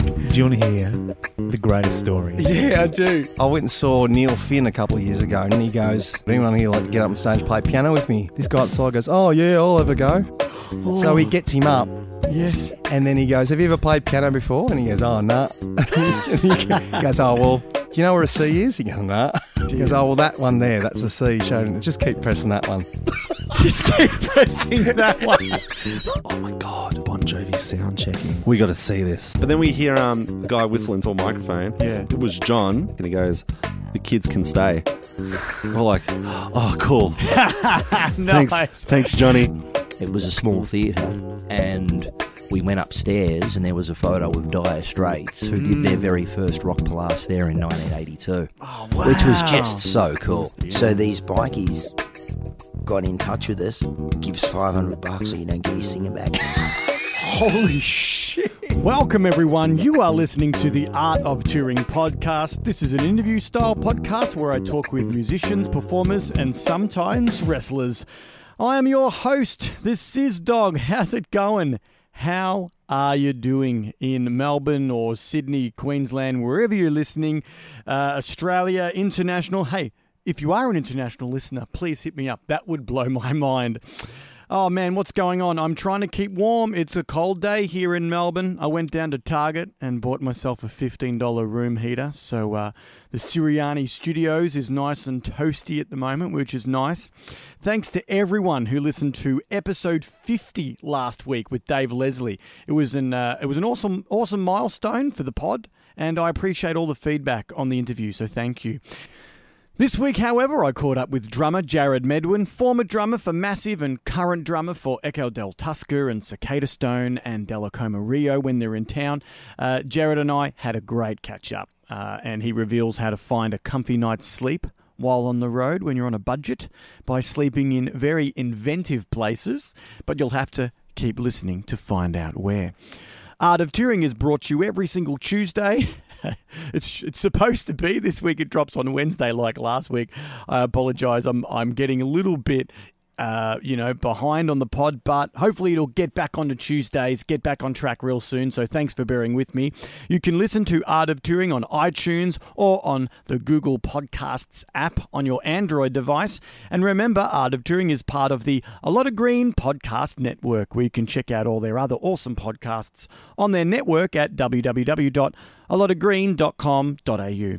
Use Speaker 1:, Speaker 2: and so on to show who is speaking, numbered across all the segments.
Speaker 1: Do you want to hear the greatest story?
Speaker 2: Yeah, I do. I went and saw Neil Finn a couple of years ago, and he goes, "Anyone here like to get up on stage and play piano with me?" This guy outside goes, "Oh yeah, I'll have a go." So he gets him up,
Speaker 3: Yes.
Speaker 2: and then he goes, "Have you ever played piano before?" And he goes, "Oh nah." And he goes, "Oh well, do you know where a C is?" He goes, "Nah." He goes, "Oh well, that one there, that's a C." Showing, him. just keep pressing that one.
Speaker 3: Just keep pressing that one.
Speaker 4: Oh my god, Bon Jovi sound checking. We got to see this. But then we hear um, a guy whistling to a microphone.
Speaker 3: Yeah.
Speaker 4: It was John, and he goes, The kids can stay. We're like, Oh, cool.
Speaker 3: nice.
Speaker 4: Thanks, thanks Johnny.
Speaker 5: It was a small theatre, and we went upstairs, and there was a photo of Dire Straits, who did their very first rock palace there in 1982, Mm. oh, wow. which was just so cool.
Speaker 6: So these bikies got in touch with us, give us 500 bucks so you don't get your singer back.
Speaker 3: Holy shit. Welcome, everyone. You are listening to the Art of Touring podcast. This is an interview style podcast where I talk with musicians, performers, and sometimes wrestlers. I am your host, the Sizz Dog. How's it going? How are you doing in Melbourne or Sydney, Queensland, wherever you're listening? Uh, Australia, international. Hey, if you are an international listener, please hit me up. That would blow my mind. Oh man, what's going on? I'm trying to keep warm. It's a cold day here in Melbourne. I went down to Target and bought myself a $15 room heater. So uh, the Siriani Studios is nice and toasty at the moment, which is nice. Thanks to everyone who listened to episode 50 last week with Dave Leslie. It was an uh, it was an awesome awesome milestone for the pod, and I appreciate all the feedback on the interview. So thank you. This week, however, I caught up with drummer Jared Medwin, former drummer for Massive and current drummer for Echo del Tusker and Cicada Stone and Delacoma Rio when they're in town. Uh, Jared and I had a great catch up, uh, and he reveals how to find a comfy night's sleep while on the road when you're on a budget by sleeping in very inventive places, but you'll have to keep listening to find out where. Art of Touring is brought to you every single Tuesday. it's it's supposed to be this week. It drops on Wednesday, like last week. I apologise. I'm I'm getting a little bit. Uh, you know, behind on the pod, but hopefully it'll get back onto Tuesdays, get back on track real soon. So thanks for bearing with me. You can listen to Art of Touring on iTunes or on the Google Podcasts app on your Android device. And remember, Art of Touring is part of the A Lot of Green podcast network, where you can check out all their other awesome podcasts on their network at www.alotofgreen.com.au.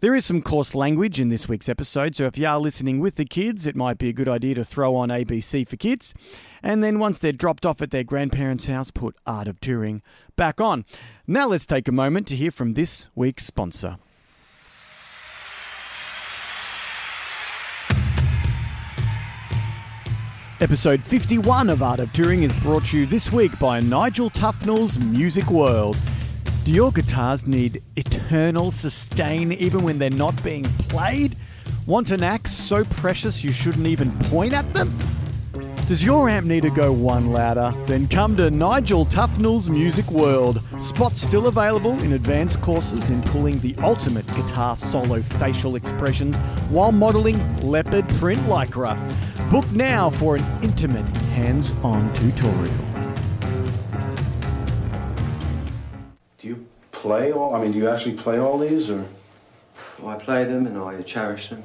Speaker 3: There is some coarse language in this week's episode, so if you are listening with the kids, it might be a good idea to throw on ABC for kids. And then once they're dropped off at their grandparents' house, put Art of Touring back on. Now let's take a moment to hear from this week's sponsor. Episode 51 of Art of Touring is brought to you this week by Nigel Tufnell's Music World. Do your guitars need eternal sustain even when they're not being played? Want an axe so precious you shouldn't even point at them? Does your amp need to go one louder? Then come to Nigel Tufnell's Music World. Spots still available in advanced courses in pulling the ultimate guitar solo facial expressions while modeling leopard print lycra. Book now for an intimate hands on tutorial.
Speaker 7: Do you play all? I mean, do you actually play all these, or
Speaker 8: I play them and I cherish them.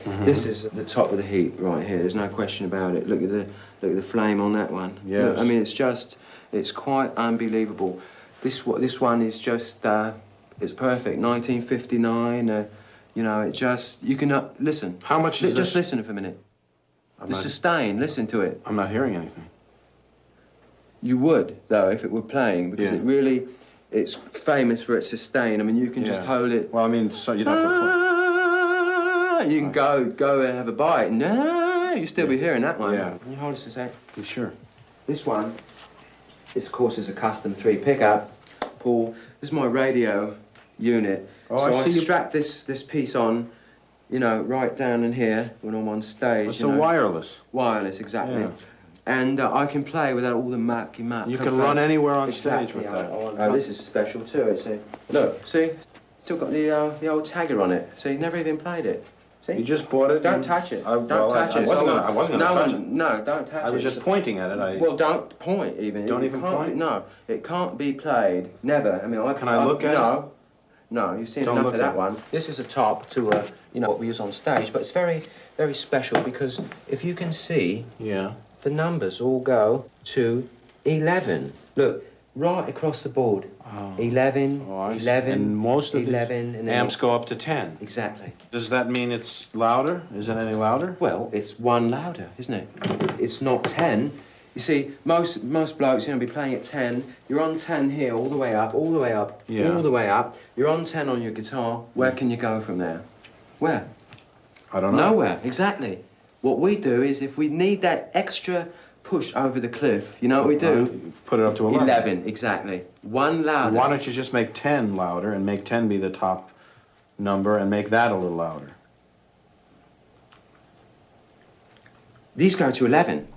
Speaker 7: Mm-hmm.
Speaker 8: This is the top of the heap right here. There's no question about it. Look at the look at the flame on that one. Look, I
Speaker 7: Yes.
Speaker 8: mean, it's just it's quite unbelievable. This wa- this one is just uh, it's perfect. 1959. Uh, you know, it just you can uh, listen.
Speaker 7: How much
Speaker 8: Li-
Speaker 7: is
Speaker 8: Just
Speaker 7: this?
Speaker 8: listen for a minute.
Speaker 7: I'm
Speaker 8: the
Speaker 7: not,
Speaker 8: sustain. Listen to it.
Speaker 7: I'm not hearing anything.
Speaker 8: You would though if it were playing because
Speaker 7: Yeah.
Speaker 8: it really it's famous for its sustain. I mean, you can just
Speaker 7: Yeah.
Speaker 8: hold it.
Speaker 7: Well, I mean, so you'd have to. Play.
Speaker 8: Ah, You can go go and have a bite. No, you still be hearing that one.
Speaker 7: Yeah.
Speaker 8: Can you hold this a sec?
Speaker 7: You sure?
Speaker 8: This one, this of course is a custom three pickup. Paul, this is my radio unit.
Speaker 7: Oh,
Speaker 8: so
Speaker 7: I
Speaker 8: I,
Speaker 7: see you-
Speaker 8: strap this this piece on, you know, right down in here when I'm on stage.
Speaker 7: It's
Speaker 8: you
Speaker 7: a
Speaker 8: know.
Speaker 7: wireless.
Speaker 8: Wireless, exactly.
Speaker 7: Yeah.
Speaker 8: And uh, I can play without all the mucky muck.
Speaker 7: You
Speaker 8: of,
Speaker 7: can
Speaker 8: uh,
Speaker 7: run anywhere on
Speaker 8: exactly,
Speaker 7: stage with
Speaker 8: I-
Speaker 7: that.
Speaker 8: I want- oh, this is special too. It's a, look, see, still got the uh, the old tagger on it. So you never even played it. See?
Speaker 7: You just bought it.
Speaker 8: Don't
Speaker 7: and-
Speaker 8: touch it.
Speaker 7: I,
Speaker 8: don't
Speaker 7: well, I-
Speaker 8: touch
Speaker 7: I
Speaker 8: it.
Speaker 7: wasn't
Speaker 8: Don't-
Speaker 7: gonna- I wasn't gonna
Speaker 8: no
Speaker 7: touch
Speaker 8: one-
Speaker 7: it.
Speaker 8: No, don't touch it.
Speaker 7: I was just pointing at it. I,
Speaker 8: Well, don't point even.
Speaker 7: Don't
Speaker 8: It
Speaker 7: even
Speaker 8: can't be-
Speaker 7: point?
Speaker 8: no, it can't be played. Never. I mean, I
Speaker 7: Can I
Speaker 8: I've-
Speaker 7: look at
Speaker 8: No, no. You've seen
Speaker 7: Don't
Speaker 8: enough
Speaker 7: look
Speaker 8: of that
Speaker 7: at it.
Speaker 8: one. This is a top to uh, you know what we use on stage, but it's very, very special because if you can see,
Speaker 7: yeah.
Speaker 8: the numbers all go to eleven. Look. Right across the board, eleven,
Speaker 7: Oh, I see.
Speaker 8: eleven,
Speaker 7: And most of
Speaker 8: eleven,
Speaker 7: the
Speaker 8: and then
Speaker 7: amps go up to ten.
Speaker 8: exactly.
Speaker 7: Does that mean it's louder? Is it any louder?
Speaker 8: Well, it's one louder, isn't it? It's not ten. You see, most most blokes, you know, be playing at ten. You're on ten here, all the way up, all the way up,
Speaker 7: Yeah.
Speaker 8: all the way up. You're on ten on your guitar. Where can you go from there? Where?
Speaker 7: I don't know.
Speaker 8: Nowhere. Exactly. What we do is, if we need that extra push over the cliff, you know what we do?
Speaker 7: Put it up to eleven.
Speaker 8: Eleven, exactly. One louder.
Speaker 7: Why don't you just make ten louder and make ten be the top number and make that a little louder?
Speaker 8: These go to eleven.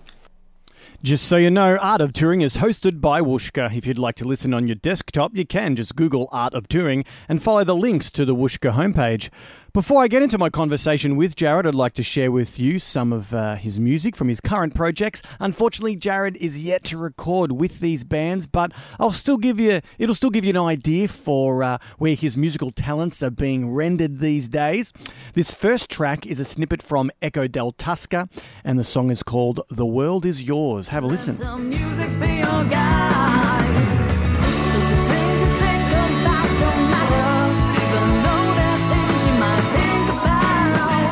Speaker 3: Just so you know, Art of Touring is hosted by Wooshka. If you'd like to listen on your desktop, you can just Google Art of Touring and follow the links to the Wooshka homepage. Before I get into my conversation with Jared, I'd like to share with you some of uh, his music from his current projects. Unfortunately, Jared is yet to record with these bands, but I'll still give you it'll still give you an idea for uh, where his musical talents are being rendered these days. This first track is a snippet from Echo del Tusca, and the song is called "The World Is Yours." Have a listen.
Speaker 9: The music be your guide. 'Cause the things you think about don't matter, even though they're things you might think about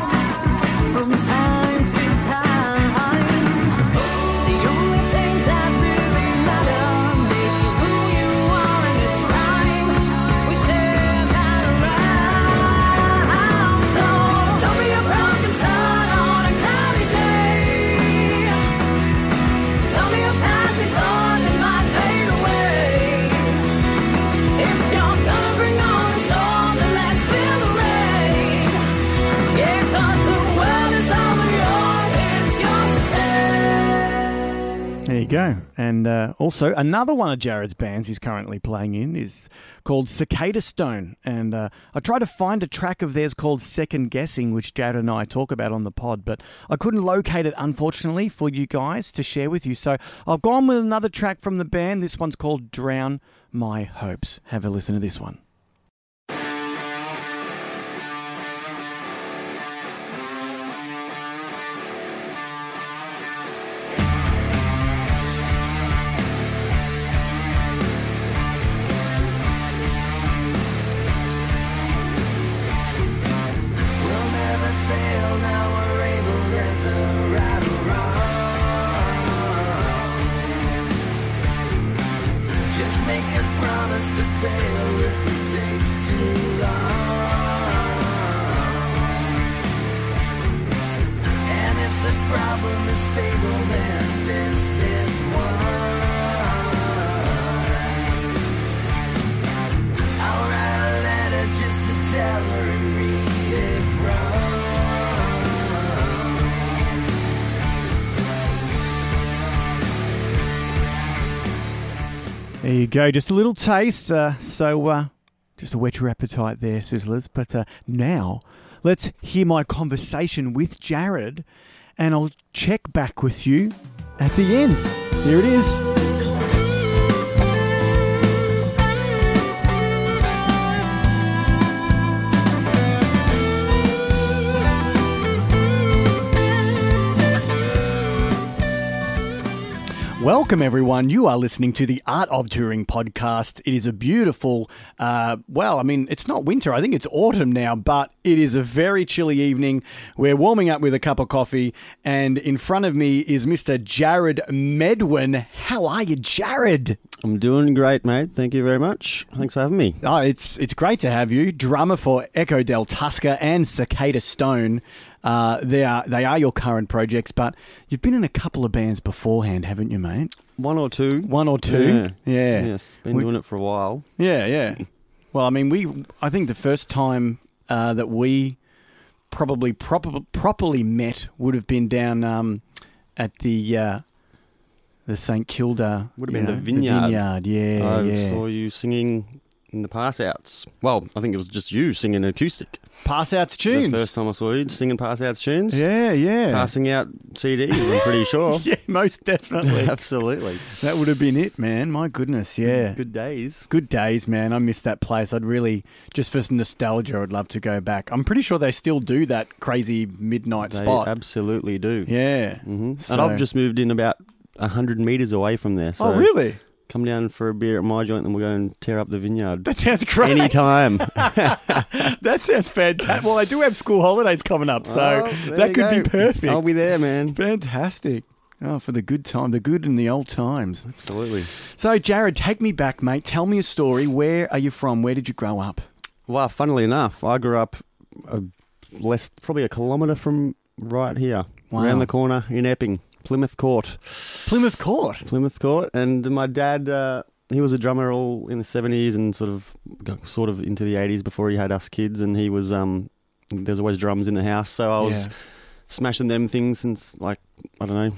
Speaker 9: from time to time. The only things that really matter make you who you are, and it's time we share that around. So don't be a broken sun on a cloudy day. Tell me you're passing on and might fade away. If you're gonna bring on a storm, then let's feel the rain. Yeah, 'cause the world is all yours, it's yours to take.
Speaker 3: There you go. And uh, also, another one of Jared's bands he's currently playing in is called Cicada Stone. And uh, I tried to find a track of theirs called Second Guessing, which Jared and I talk about on the pod, but I couldn't locate it, unfortunately, for you guys to share with you. So I've gone with another track from the band. This one's called Drown My Hopes. Have a listen to this one.
Speaker 9: Just make a promise to fail if we take too long. And if the problem is stable, then this is one. I'll write a letter just to tell her and read it wrong.
Speaker 3: There you go. Just a little taste. Uh, so, uh, just to whet your appetite there, Sizzlers. But uh, now, let's hear my conversation with Jared, and I'll check back with you at the end. Here it is. Welcome, everyone. You are listening to the Art of Touring podcast. It is a beautiful, uh, well, I mean, it's not winter. I think it's autumn now, but it is a very chilly evening. We're warming up with a cup of coffee, and in front of me is Mr. Jared Medwin. How are you, Jared?
Speaker 10: I'm doing great, mate. Thank you very much. Thanks for having me.
Speaker 3: Oh, it's it's great to have you, drummer for Echo Del Tusca and Cicada Stone. Uh, they are they are your current projects, but you've been in a couple of bands beforehand, haven't you, mate?
Speaker 10: One or two?
Speaker 3: One or two?
Speaker 10: Yeah.
Speaker 3: Yeah.
Speaker 10: Yes. Been
Speaker 3: We-
Speaker 10: doing it for a while.
Speaker 3: Yeah, yeah. Well, I mean, we. I think the first time uh, that we probably proper, properly met would have been down um, at the uh, the St Kilda.
Speaker 10: Would have
Speaker 3: you
Speaker 10: been the
Speaker 3: know,
Speaker 10: vineyard. Oh,
Speaker 3: vineyard, yeah,
Speaker 10: I
Speaker 3: yeah.
Speaker 10: saw you singing in the pass outs. Well, I think it was just you singing acoustic.
Speaker 3: Pass outs tunes.
Speaker 10: The first time I saw you singing pass outs tunes.
Speaker 3: Yeah, yeah.
Speaker 10: Passing out CDs, I'm pretty sure.
Speaker 3: yeah, most definitely.
Speaker 10: Absolutely.
Speaker 3: That would have been it, man. My goodness, yeah.
Speaker 10: Good days.
Speaker 3: Good days, man. I miss that place. I'd really, just for some nostalgia, I'd love to go back. I'm pretty sure they still do that crazy midnight
Speaker 10: They
Speaker 3: spot.
Speaker 10: absolutely do.
Speaker 3: yeah.
Speaker 10: hmm
Speaker 3: So-
Speaker 10: And I've just moved in about 100 metres away from there. So
Speaker 3: oh, really?
Speaker 10: Come down for a beer at my joint, and we'll go and tear up the vineyard.
Speaker 3: That sounds great.
Speaker 10: Anytime.
Speaker 3: That sounds fantastic. Well, I do have school holidays coming up, so
Speaker 10: Oh, there
Speaker 3: that
Speaker 10: you
Speaker 3: could be
Speaker 10: go.
Speaker 3: perfect.
Speaker 10: I'll be there, man.
Speaker 3: Fantastic. Oh, for the good time, the good and the old times.
Speaker 10: Absolutely.
Speaker 3: So, Jared, take me back, mate. Tell me a story. Where are you from? Where did you grow up?
Speaker 10: Well, funnily enough, I grew up a less, probably a kilometre from right here,
Speaker 3: Wow.
Speaker 10: around the corner in Epping, Plymouth Court.
Speaker 3: Plymouth Court.
Speaker 10: Plymouth Court, and my dad, uh, he was a drummer all in the seventies and sort of, got sort of into the eighties before he had us kids, and he was um, there's always drums in the house, so I was
Speaker 3: Yeah.
Speaker 10: smashing them things since like I don't know,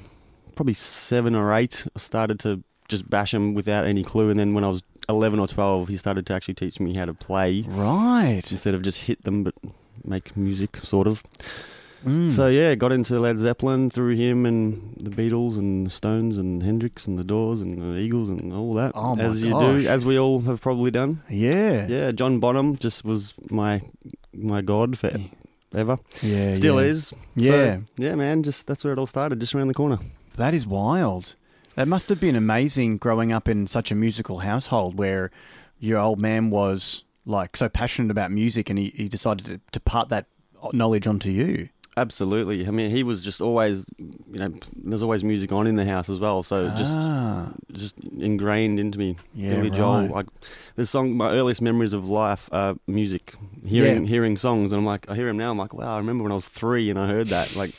Speaker 10: probably seven or eight. I started to just bash them without any clue, and then when I was eleven or twelve, he started to actually teach me how to play
Speaker 3: Right.
Speaker 10: instead of just hit them, but make music sort of.
Speaker 3: Mm.
Speaker 10: So yeah, got into Led Zeppelin through him and the Beatles and the Stones and Hendrix and the Doors and the Eagles and all that.
Speaker 3: Oh, my
Speaker 10: as you
Speaker 3: gosh.
Speaker 10: do, as we all have probably done.
Speaker 3: yeah.
Speaker 10: Yeah, John Bonham just was my my god for ever.
Speaker 3: Yeah.
Speaker 10: Still
Speaker 3: yeah.
Speaker 10: is. So,
Speaker 3: Yeah.
Speaker 10: yeah, man, just that's where it all started, just around the corner.
Speaker 3: That is wild. That must have been amazing growing up in such a musical household where your old man was like so passionate about music and he, he decided to, to part that knowledge onto you.
Speaker 10: Absolutely. I mean, he was just always, you know, there's always music on in the house as well. So
Speaker 3: Ah.
Speaker 10: just, just ingrained into me.
Speaker 3: Yeah,
Speaker 10: Billy Joel.
Speaker 3: right.
Speaker 10: Like the song, my earliest memories of life are music, hearing
Speaker 3: Yeah.
Speaker 10: hearing songs, and I'm like, I hear him now. I'm like, wow, I remember when I was three and I heard that. Like,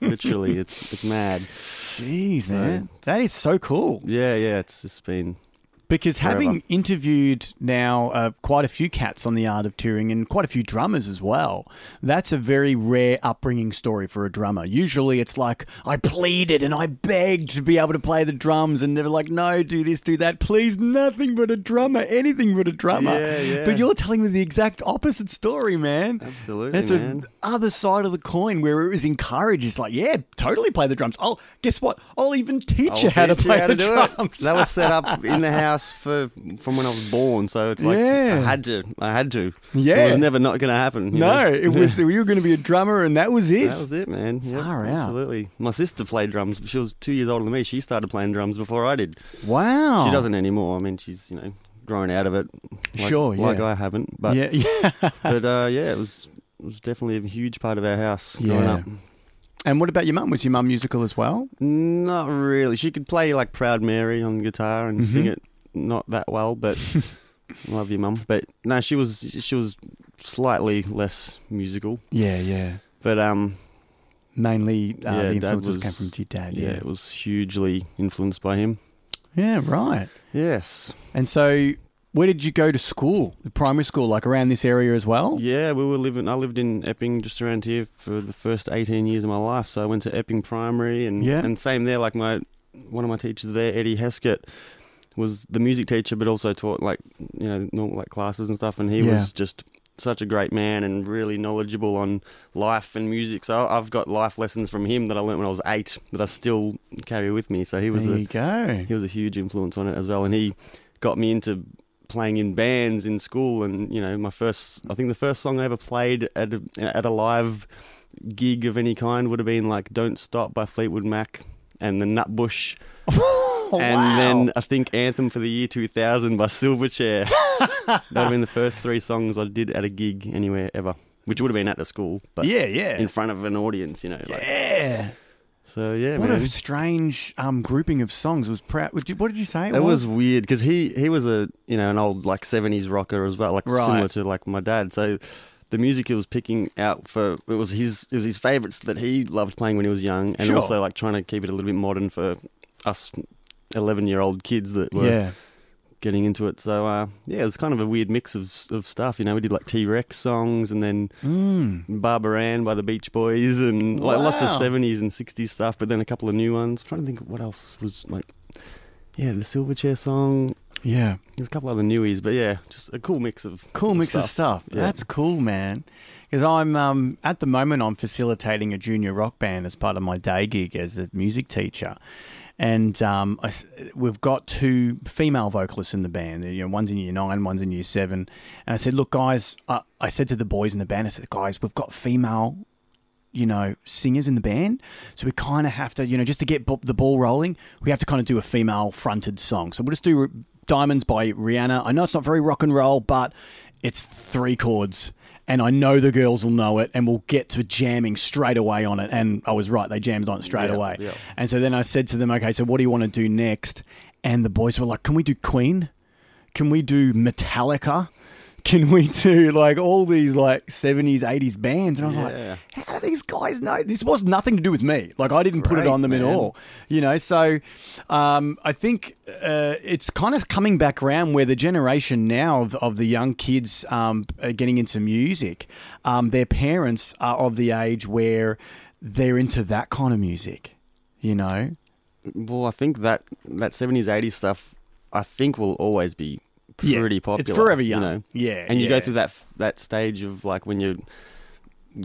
Speaker 10: literally, it's it's mad.
Speaker 3: Jeez, man. That is so cool.
Speaker 10: Yeah, yeah. It's just been
Speaker 3: Because
Speaker 10: Forever.
Speaker 3: having interviewed now uh, quite a few cats on the art of touring and quite a few drummers as well, that's a very rare upbringing story for a drummer. Usually it's like, I pleaded and I begged to be able to play the drums, and they're like, no, do this, do that. Please, nothing but a drummer, anything but a drummer.
Speaker 10: Yeah, yeah.
Speaker 3: But you're telling me the exact opposite story, man.
Speaker 10: absolutely
Speaker 3: That's
Speaker 10: man.
Speaker 3: a other side of the coin where it was encouraged. It's like, yeah, totally play the drums. I'll guess what? I'll even teach you
Speaker 10: I'll
Speaker 3: how to
Speaker 10: teach you
Speaker 3: play
Speaker 10: how
Speaker 3: the
Speaker 10: to do it.
Speaker 3: drums.
Speaker 10: That was set up in the house for from when I was born, so it's like
Speaker 3: Yeah.
Speaker 10: I had to. I had to.
Speaker 3: Yeah.
Speaker 10: it was never not going to happen. you
Speaker 3: No,
Speaker 10: know?
Speaker 3: it was you were going to be a drummer, and that was it.
Speaker 10: That was it, man. Yep,
Speaker 3: Far out.
Speaker 10: absolutely. My sister played drums. She was two years older than me. She started playing drums before I did.
Speaker 3: wow.
Speaker 10: She doesn't anymore. I mean, she's you know grown out of it. Like,
Speaker 3: Sure, yeah.
Speaker 10: Like I haven't, but
Speaker 3: yeah, yeah.
Speaker 10: but uh, yeah, it was it was definitely a huge part of our house growing
Speaker 3: Yeah.
Speaker 10: up.
Speaker 3: And what about your mum? Was your mum musical as well?
Speaker 10: Not really. She could play like Proud Mary on guitar and sing
Speaker 3: Mhm.
Speaker 10: it not that well, but love you, mum. But no, she was she was slightly less musical.
Speaker 3: Yeah, yeah.
Speaker 10: But um,
Speaker 3: Mainly uh,
Speaker 10: Yeah,
Speaker 3: the
Speaker 10: Dad
Speaker 3: influences
Speaker 10: was-
Speaker 3: came from your dad.
Speaker 10: yeah,
Speaker 3: Yeah.
Speaker 10: it was hugely influenced by him.
Speaker 3: yeah, right.
Speaker 10: Yes.
Speaker 3: And so, where did you go to school? The primary school, like around this area as well.
Speaker 10: Yeah, we were living. I lived in Epping, just around here, for the first eighteen years of my life. So I went to Epping Primary, and
Speaker 3: Yeah.
Speaker 10: and same there. Like my one of my teachers there, Eddie Heskett, was the music teacher, but also taught like you know normal, like classes and stuff. And he
Speaker 3: Yeah.
Speaker 10: was just such a great man and really knowledgeable on life and music. So I've got life lessons from him that I learnt when I was eight that I still carry with me. So he was
Speaker 3: there
Speaker 10: a
Speaker 3: you go.
Speaker 10: he was a huge influence on it as well and he got me into playing in bands in school and you know my first i think the first song i ever played at a, at a live gig of any kind would have been like don't stop by fleetwood mac and the nutbush
Speaker 3: Oh,
Speaker 10: and then I think Anthem for the Year 2000 by Silverchair. that would have been the first three songs I did at a gig anywhere ever, which would have been at the school, but
Speaker 3: yeah, yeah,
Speaker 10: in front of an audience, you know. Like,
Speaker 3: yeah.
Speaker 10: So yeah,
Speaker 3: What
Speaker 10: man.
Speaker 3: a strange um, grouping of songs. It was proud. What did you, what did you say?
Speaker 10: It was weird because he he was a you know an old like seventies rocker as well, like
Speaker 3: Right.
Speaker 10: similar to like my dad. So the music he was picking out for it was his it was his favorites that he loved playing when he was young, and
Speaker 3: Sure.
Speaker 10: also like trying to keep it a little bit modern for us eleven year old kids that were
Speaker 3: Yeah.
Speaker 10: getting into it. So uh, yeah, it was kind of a weird mix of of stuff. You know, we did like T Rex songs and then
Speaker 3: Mm.
Speaker 10: Barbara Ann by the Beach Boys and like lots of
Speaker 3: Wow.
Speaker 10: 70s and 60s stuff, but then a couple of new ones. I'm trying to think of what else was like. Yeah, the Silverchair song.
Speaker 3: Yeah.
Speaker 10: There's a couple other newies, but yeah, just a cool mix of
Speaker 3: Cool mix of stuff.
Speaker 10: Yeah.
Speaker 3: That's cool, man. Because I'm um, at the moment I'm facilitating a junior rock band as part of my day gig as a music teacher, and um, I s we've got two female vocalists in the band. You know, one's in year nine, one's in year seven. And I said, look, guys, I, I said to the boys in the band, I said, guys, we've got female you know, singers in the band. So we kind of have to, you know, just to get b- the ball rolling, we have to kind of do a female fronted song. So we'll just do R- Diamonds by Rihanna. I know it's not very rock and roll, but it's three chords. And I know the girls will know it and we'll get to jamming straight away on it. And I was right, they jammed on it straight
Speaker 10: Yeah,
Speaker 3: away.
Speaker 10: yeah.
Speaker 3: And so then I said to them, okay, so what do you want to do next? And the boys were like, can we do Queen? Can we do Metallica? Can we do like all these like 70s, 80s bands? And I was
Speaker 10: Yeah.
Speaker 3: like, how do these guys know? This was nothing to do with me. Like, I didn't put it
Speaker 10: great,
Speaker 3: on them at
Speaker 10: man.
Speaker 3: all. You know, so um, I think uh, it's kind of coming back around where the generation now of, of the young kids um, are getting into music, um, their parents are of the age where they're into that kind of music, you know?
Speaker 10: Well, I think that that seventies, eighties stuff, I think will always be
Speaker 3: Yeah,
Speaker 10: pretty popular.
Speaker 3: it's forever
Speaker 10: you
Speaker 3: young.
Speaker 10: know?
Speaker 3: Yeah,
Speaker 10: and you go
Speaker 3: yeah.
Speaker 10: through that that stage of like when you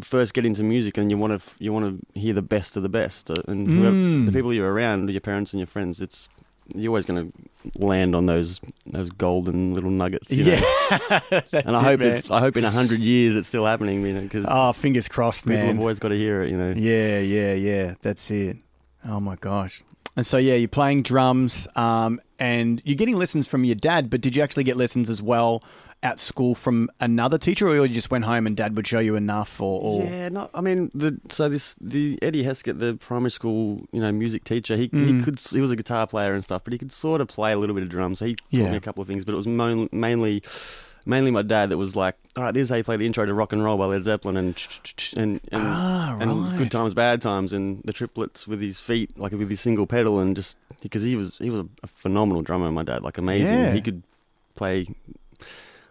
Speaker 10: first get into music and you want to you want to hear the best of the best, uh, and whoever,
Speaker 3: Mm.
Speaker 10: the people you're around, your parents and your friends, it's you're always going to land on those those golden little nuggets. You
Speaker 3: Yeah.
Speaker 10: know?
Speaker 3: That's
Speaker 10: and I
Speaker 3: it,
Speaker 10: hope
Speaker 3: man.
Speaker 10: it's, I hope in hundred years it's still happening. You know, because
Speaker 3: Oh, fingers crossed,
Speaker 10: people
Speaker 3: man.
Speaker 10: have always got to hear it. You know,
Speaker 3: Yeah, yeah, yeah. That's it. Oh my gosh. And so yeah, you're playing drums, um, and you're getting lessons from your dad. But did you actually get lessons as well at school from another teacher, or you just went home and dad would show you enough, or, or
Speaker 10: Yeah, no, I mean the so this the Eddie Heskett, the primary school you know music teacher, he
Speaker 3: Mm.
Speaker 10: he could he was a guitar player and stuff, but he could sort of play a little bit of drums. So he taught
Speaker 3: Yeah.
Speaker 10: me a couple of things, but it was mon- mainly mainly my dad that was like, all right, this is how you play the intro to Rock and Roll by Led Zeppelin and ch- ch- ch- and and,
Speaker 3: Ah,
Speaker 10: and
Speaker 3: right.
Speaker 10: Good Times Bad Times and the triplets with his feet like with his single pedal and just because he was he was a phenomenal drummer, my dad, like amazing.
Speaker 3: Yeah.
Speaker 10: He could play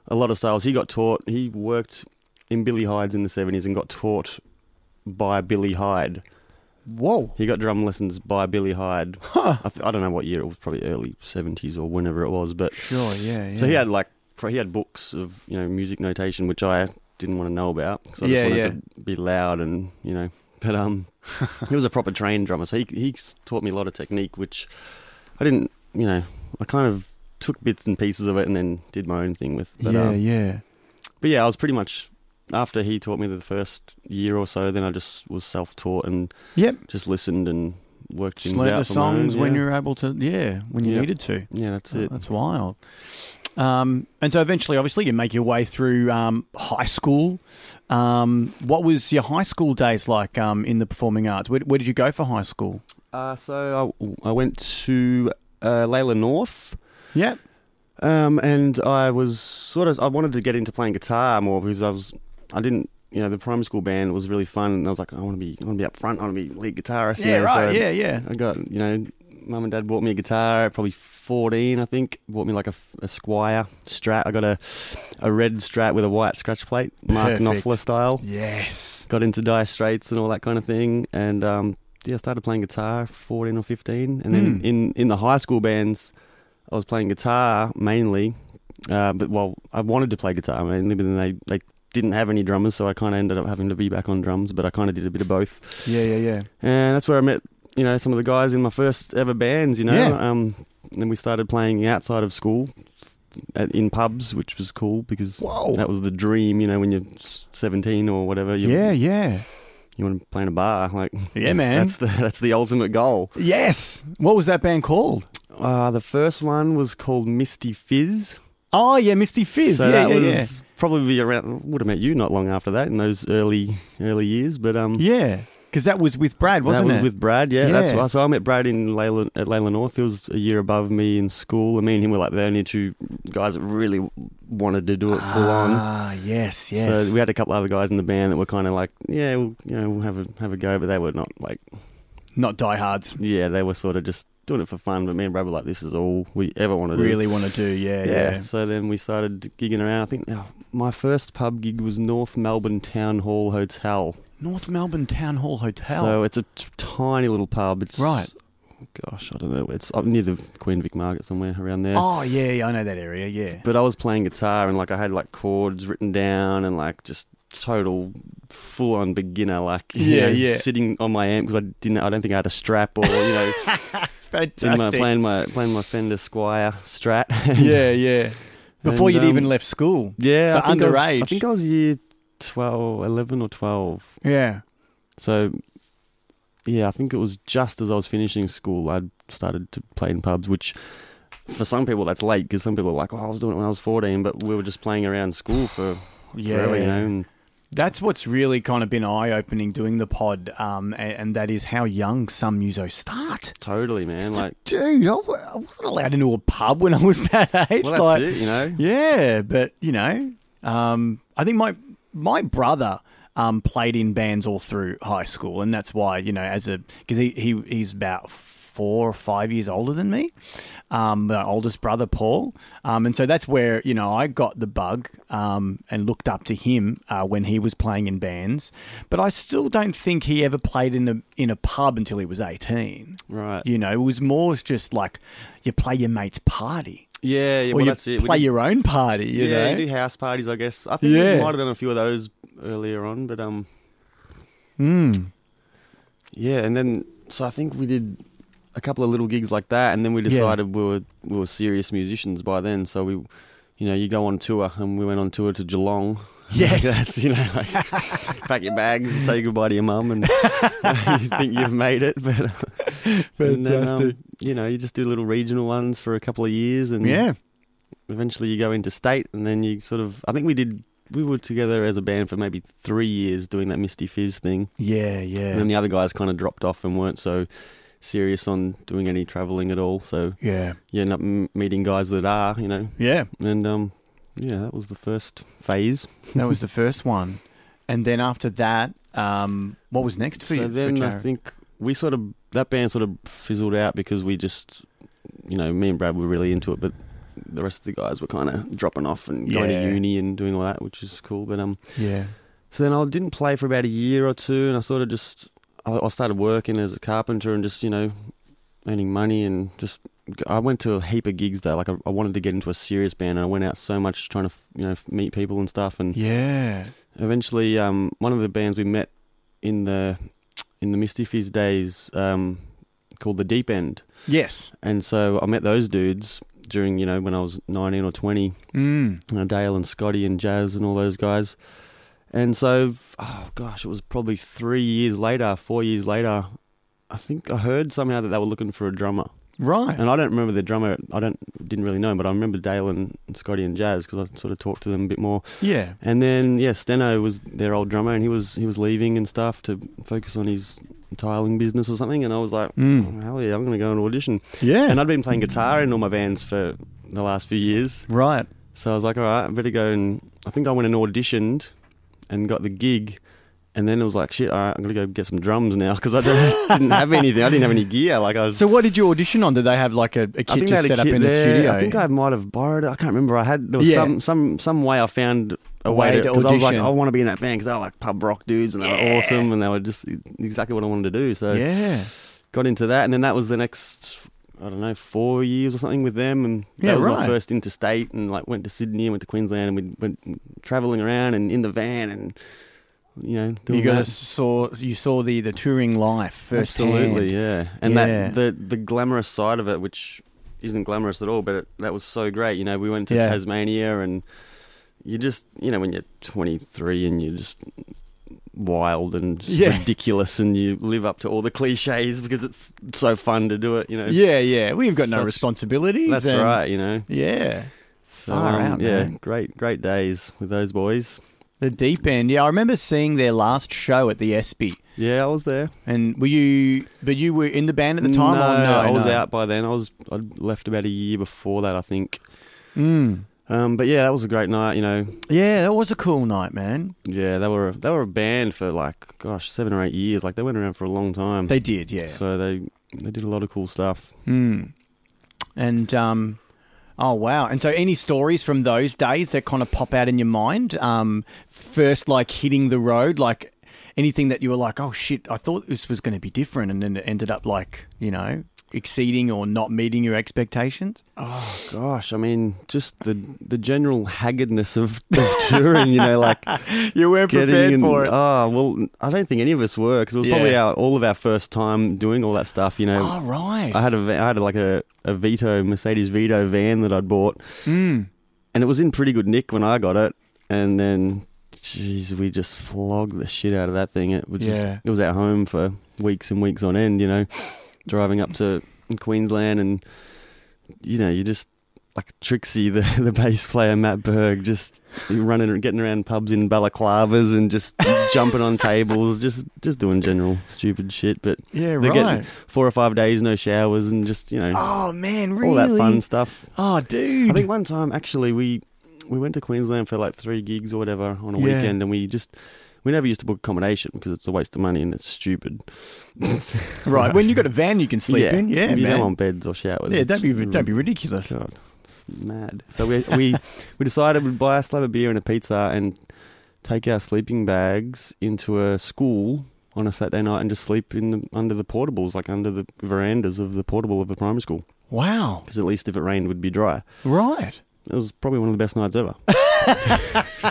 Speaker 10: a lot of styles. He got taught. He worked in Billy Hyde's in the seventies and got taught by Billy Hyde.
Speaker 3: whoa,
Speaker 10: He got drum lessons by Billy Hyde. I, th- I don't know what year it was, probably early seventies or whenever it was. But
Speaker 3: sure, yeah, yeah.
Speaker 10: so he had like pro- he had books of you know music notation, which I didn't want to know about because I
Speaker 3: Yeah,
Speaker 10: just wanted
Speaker 3: yeah.
Speaker 10: to be loud and you know. But um, he was a proper trained drummer, so he he s- taught me a lot of technique, which I didn't you know I kind of took bits and pieces of it and then did my own thing with. But,
Speaker 3: yeah,
Speaker 10: um,
Speaker 3: yeah.
Speaker 10: but yeah, I was pretty much after he taught me the first year or so. Then I just was self-taught and
Speaker 3: Yep.
Speaker 10: just listened and worked
Speaker 3: Just
Speaker 10: things
Speaker 3: learnt
Speaker 10: out.
Speaker 3: the
Speaker 10: for my own,
Speaker 3: songs when
Speaker 10: yeah.
Speaker 3: you're able to, yeah, when you
Speaker 10: Yeah.
Speaker 3: needed to.
Speaker 10: yeah, that's
Speaker 3: Oh,
Speaker 10: it.
Speaker 3: That's wild. Um, and so eventually, obviously, you make your way through um, high school. Um, what was your high school days like um, in the performing arts? Where, where did you go for high school?
Speaker 10: Uh, so I, I went to uh, Layla North.
Speaker 3: Yep.
Speaker 10: Um, and I was sort of I wanted to get into playing guitar more because I was I didn't you know the primary school band was really fun and I was like I want to be I want to be up front I want to be lead guitarist you
Speaker 3: Yeah,
Speaker 10: know,
Speaker 3: right.
Speaker 10: so
Speaker 3: Yeah, yeah.
Speaker 10: I got you know mum and dad bought me a guitar at probably 14 I think bought me like a, f- a Squire Strat I got a a red Strat with a white scratch plate Mark
Speaker 3: Perfect.
Speaker 10: Knopfler style
Speaker 3: Yes.
Speaker 10: got into Dire Straits and all that kind of thing. And um, yeah, I started playing guitar 14 or 15. And then
Speaker 3: Hmm.
Speaker 10: in, in the high school bands, I was playing guitar mainly. Uh, but well, I wanted to play guitar mainly, but then they, they didn't have any drummers, so I kind of ended up having to be back on drums. But I kind of did a bit of both.
Speaker 3: Yeah, yeah, yeah.
Speaker 10: And that's where I met, you know, some of the guys in my first ever bands, you know.
Speaker 3: Yeah.
Speaker 10: Um, and then we started playing outside of school at, in pubs, which was cool because
Speaker 3: Whoa.
Speaker 10: that was the dream, you know, when you're s- 17 or whatever. You,
Speaker 3: yeah, yeah.
Speaker 10: you want to play in a bar, like
Speaker 3: Yeah, man.
Speaker 10: That's the that's the ultimate goal.
Speaker 3: Yes. What was that band called?
Speaker 10: Uh, the first one was called Misty Fizz.
Speaker 3: Oh, yeah, Misty Fizz.
Speaker 10: So
Speaker 3: yeah,
Speaker 10: that
Speaker 3: yeah,
Speaker 10: was probably around. Would have met you not long after that in those early early years, but um,
Speaker 3: yeah. Yeah. Because that was with Brad, wasn't
Speaker 10: that
Speaker 3: it?
Speaker 10: was with Brad. Yeah, that's
Speaker 3: Yeah.
Speaker 10: why. So I met Brad in Layla, at Leyland North. He was a year above me in school, and me and him were like the only two guys that really wanted to do it full on.
Speaker 3: Ah, yes, yes.
Speaker 10: So we had a couple other guys in the band that were kind of like, yeah, we'll, you know, we'll have a have a go, but they were not like
Speaker 3: Not diehards.
Speaker 10: yeah, they were sort of just doing it for fun. But me and Brad were like, this is all we ever want to do.
Speaker 3: Really want to do, yeah,
Speaker 10: Yeah.
Speaker 3: yeah.
Speaker 10: So then we started gigging around. I think oh, my first pub gig was North Melbourne Town Hall Hotel.
Speaker 3: North Melbourne Town Hall Hotel.
Speaker 10: So it's a t- tiny little pub. It's
Speaker 3: Right.
Speaker 10: gosh, I don't know. It's up near the Queen Vic Market somewhere around there.
Speaker 3: Oh yeah, yeah, I know that area. Yeah.
Speaker 10: But I was playing guitar and like I had like chords written down and like just total full on beginner like you
Speaker 3: Yeah,
Speaker 10: know,
Speaker 3: yeah.
Speaker 10: sitting on my amp because I didn't I don't think I had a strap or you know in my,
Speaker 3: Fantastic.
Speaker 10: playing my playing my Fender Squire Strat
Speaker 3: Yeah, yeah. Before
Speaker 10: And,
Speaker 3: you'd
Speaker 10: um,
Speaker 3: even left school.
Speaker 10: yeah
Speaker 3: So
Speaker 10: I think I was-
Speaker 3: underage.
Speaker 10: I think I was year 12 11 or 12
Speaker 3: Yeah.
Speaker 10: so yeah I think it was just as I was finishing school I started to play in pubs which for some people that's late because some people are like oh I was doing it when I was 14 but we were just playing around school for
Speaker 3: Yeah.
Speaker 10: forever you know and
Speaker 3: That's what's really kind of been eye opening doing the pod, um, a- and, that is how young some musos start.
Speaker 10: Totally, man. like,
Speaker 3: dude, I, wa- I wasn't allowed into a pub when I was that age.
Speaker 10: Well, that's
Speaker 3: like,
Speaker 10: it, you know?
Speaker 3: Yeah, but you know, um, I think my my brother. Um, played in bands all through high school, and that's why you know, as a because he, he he's about four or five years older than me, um, the oldest brother Paul, um, and so that's where you know I got the bug um, and looked up to him uh, when he was playing in bands, but I still don't think he ever played in a in a pub until he was eighteen.
Speaker 10: Right,
Speaker 3: you know, it was more just like you play your mate's party.
Speaker 10: Yeah, yeah.
Speaker 3: Or
Speaker 10: well,
Speaker 3: you
Speaker 10: that's it. We
Speaker 3: play
Speaker 10: did-
Speaker 3: your own party, you
Speaker 10: yeah,
Speaker 3: know?
Speaker 10: you do house parties, I guess. I think
Speaker 3: Yeah.
Speaker 10: we might have done a few of those earlier on, but um,
Speaker 3: Mm.
Speaker 10: yeah. And then so I think we did a couple of little gigs like that, and then we
Speaker 3: Yeah.
Speaker 10: decided we were we were serious musicians by then. So we, you know, you go on tour, and we went on tour to Geelong.
Speaker 3: Yes.
Speaker 10: Like, that's you know, like pack your bags, say goodbye to your mum, and you think you've made it, but and then, um,
Speaker 3: Fantastic.
Speaker 10: you know, you just do little regional ones for a couple of years, and
Speaker 3: Yeah.
Speaker 10: eventually you go into state, and then you sort of. I think we did. We were together as a band for maybe three years doing that Misty Fizz thing.
Speaker 3: Yeah, yeah.
Speaker 10: And then the other guys kind of dropped off and weren't so serious on doing any traveling at all. So
Speaker 3: Yeah.
Speaker 10: you end up m- meeting guys that are, you know.
Speaker 3: Yeah.
Speaker 10: And um, yeah, that was the first phase.
Speaker 3: That was the first one, and then after that, um, what was next for
Speaker 10: so
Speaker 3: you? for
Speaker 10: then I
Speaker 3: Jared?
Speaker 10: think we sort of that band sort of fizzled out because we just, you know, me and Brad were really into it, but the rest of the guys were kind of dropping off and going
Speaker 3: Yeah.
Speaker 10: to uni and doing all that, which is cool. But um,
Speaker 3: Yeah.
Speaker 10: So then I didn't play for about a year or two, and I sort of just I, I started working as a carpenter and just you know earning money and just I went to a heap of gigs there. Like I, I wanted to get into a serious band, and I went out so much trying to you know meet people and stuff. And
Speaker 3: Yeah.
Speaker 10: eventually um, one of the bands we met in the in the Misty Fizz days um, called the Deep End.
Speaker 3: Yes.
Speaker 10: And so I met those dudes during you know when I was nineteen or twenty.
Speaker 3: Mm.
Speaker 10: You know, Dale and Scotty and Jazz and all those guys. And so, oh gosh, it was probably three years later, four years later. I think I heard somehow that they were looking for a drummer.
Speaker 3: Right.
Speaker 10: And I don't remember the drummer. I don't didn't really know him, but I remember Dale and Scotty and Jazz because I sort of talked to them a bit more.
Speaker 3: Yeah.
Speaker 10: And then yeah, Steno was their old drummer, and he was he was leaving and stuff to focus on his tiling business or something. And I was like,
Speaker 3: Mm.
Speaker 10: hell yeah, I'm going to go and audition.
Speaker 3: Yeah.
Speaker 10: And I'd been playing guitar in all my bands for the last few years.
Speaker 3: Right.
Speaker 10: So I was like, all right, I better go and I think I went and auditioned and got the gig. And then it was like, shit, all right, I'm going to go get some drums now because I don't, didn't have anything. I didn't have any gear. Like I was.
Speaker 3: So what did you audition on? Did they have like a, a
Speaker 10: I
Speaker 3: kit
Speaker 10: they had
Speaker 3: just set up
Speaker 10: kit
Speaker 3: in the
Speaker 10: there.
Speaker 3: studio?
Speaker 10: I think I might have borrowed it. I can't remember. I had there was
Speaker 3: Yeah.
Speaker 10: some some some way I found a way,
Speaker 3: Way
Speaker 10: to
Speaker 3: to
Speaker 10: because I was like,
Speaker 3: audition.
Speaker 10: I want to be in that band because they were like pub rock dudes and they
Speaker 3: Yeah.
Speaker 10: were awesome and they were just exactly what I wanted to do. So
Speaker 3: Yeah.
Speaker 10: got into that and then that was the next I don't know four years or something with them and
Speaker 3: Yeah,
Speaker 10: that was
Speaker 3: right.
Speaker 10: my first interstate and like went to Sydney and went to Queensland and we went traveling around and in the van and you know doing
Speaker 3: you guys
Speaker 10: that.
Speaker 3: saw you saw the the touring life firsthand.
Speaker 10: Absolutely, yeah. And
Speaker 3: Yeah.
Speaker 10: that the the glamorous side of it, which isn't glamorous at all, but it, that was so great. You know, we went to
Speaker 3: Yeah.
Speaker 10: Tasmania, and you just you know when you're 23 and you're just wild and just
Speaker 3: Yeah.
Speaker 10: ridiculous, and you live up to all the cliches because it's so fun to do it. You know.
Speaker 3: Yeah, yeah. We've got no
Speaker 10: Such-
Speaker 3: responsibilities.
Speaker 10: That's
Speaker 3: and-
Speaker 10: right. You know.
Speaker 3: Yeah.
Speaker 10: So,
Speaker 3: Far
Speaker 10: um,
Speaker 3: out,
Speaker 10: yeah,
Speaker 3: man.
Speaker 10: great, great days with those boys.
Speaker 3: The deep end. Yeah, I remember seeing their last show at the ESPY.
Speaker 10: Yeah, I was there.
Speaker 3: And were you? But you were in the band at the time,
Speaker 10: no,
Speaker 3: or no?
Speaker 10: I was
Speaker 3: no?
Speaker 10: out by then. I was I left about a year before that, I think.
Speaker 3: Mm.
Speaker 10: Um, but yeah, that was a great night. You know,
Speaker 3: Yeah, that was a cool night, man.
Speaker 10: yeah, they were they were a band for like gosh seven or eight years. Like they went around for a long time.
Speaker 3: They did, yeah.
Speaker 10: So they they did a lot of cool stuff.
Speaker 3: Mm. And um, oh wow! And so, any stories from those days that kind of pop out in your mind? Um, first, like hitting the road, like anything that you were like, oh shit, I thought this was going to be different, and then it ended up like, you know, exceeding or not meeting your expectations?
Speaker 10: Oh gosh, I mean, just the the general haggardness of, of touring, you know, like
Speaker 3: you weren't prepared for it.
Speaker 10: Oh well, I don't think any of us were because it was probably
Speaker 3: Yeah.
Speaker 10: our all of our first time doing all that stuff, you know.
Speaker 3: Oh, right.
Speaker 10: I had a va- I had like a a Vito Mercedes Vito van that I'd bought,
Speaker 3: Mm.
Speaker 10: and it was in pretty good nick when I got it, and then. Jeez, we just flogged the shit out of that thing. It was just,
Speaker 3: Yeah.
Speaker 10: it was at home for weeks and weeks on end. You know, driving up to Queensland and you know, you just like Trixie, the, the bass player Matt Berg, just running, getting around pubs in balaclavas and just jumping on tables, just just doing general stupid shit. But
Speaker 3: Yeah,
Speaker 10: they're getting
Speaker 3: right.
Speaker 10: four or five days, no showers, and just you know,
Speaker 3: Oh man, really?
Speaker 10: all that fun stuff.
Speaker 3: Oh, dude.
Speaker 10: I think one time actually we we went to Queensland for like three gigs or whatever on a
Speaker 3: Yeah.
Speaker 10: weekend, and we just. We never used to book accommodation because it's a waste of money and it's stupid.
Speaker 3: Right. When you got a van, you can sleep
Speaker 10: Yeah.
Speaker 3: in. Yeah,
Speaker 10: you
Speaker 3: man.
Speaker 10: don't want beds or showers.
Speaker 3: Yeah, don't be
Speaker 10: It's-
Speaker 3: don't be ridiculous.
Speaker 10: God, it's mad. So we we we decided we'd buy a slab of beer and a pizza and take our sleeping bags into a school on a Saturday night and just sleep in the under the portables, like under the verandas of the portable of a primary school.
Speaker 3: Wow.
Speaker 10: Because at least if it rained, we'd be dry.
Speaker 3: Right.
Speaker 10: It was probably one of the best nights ever.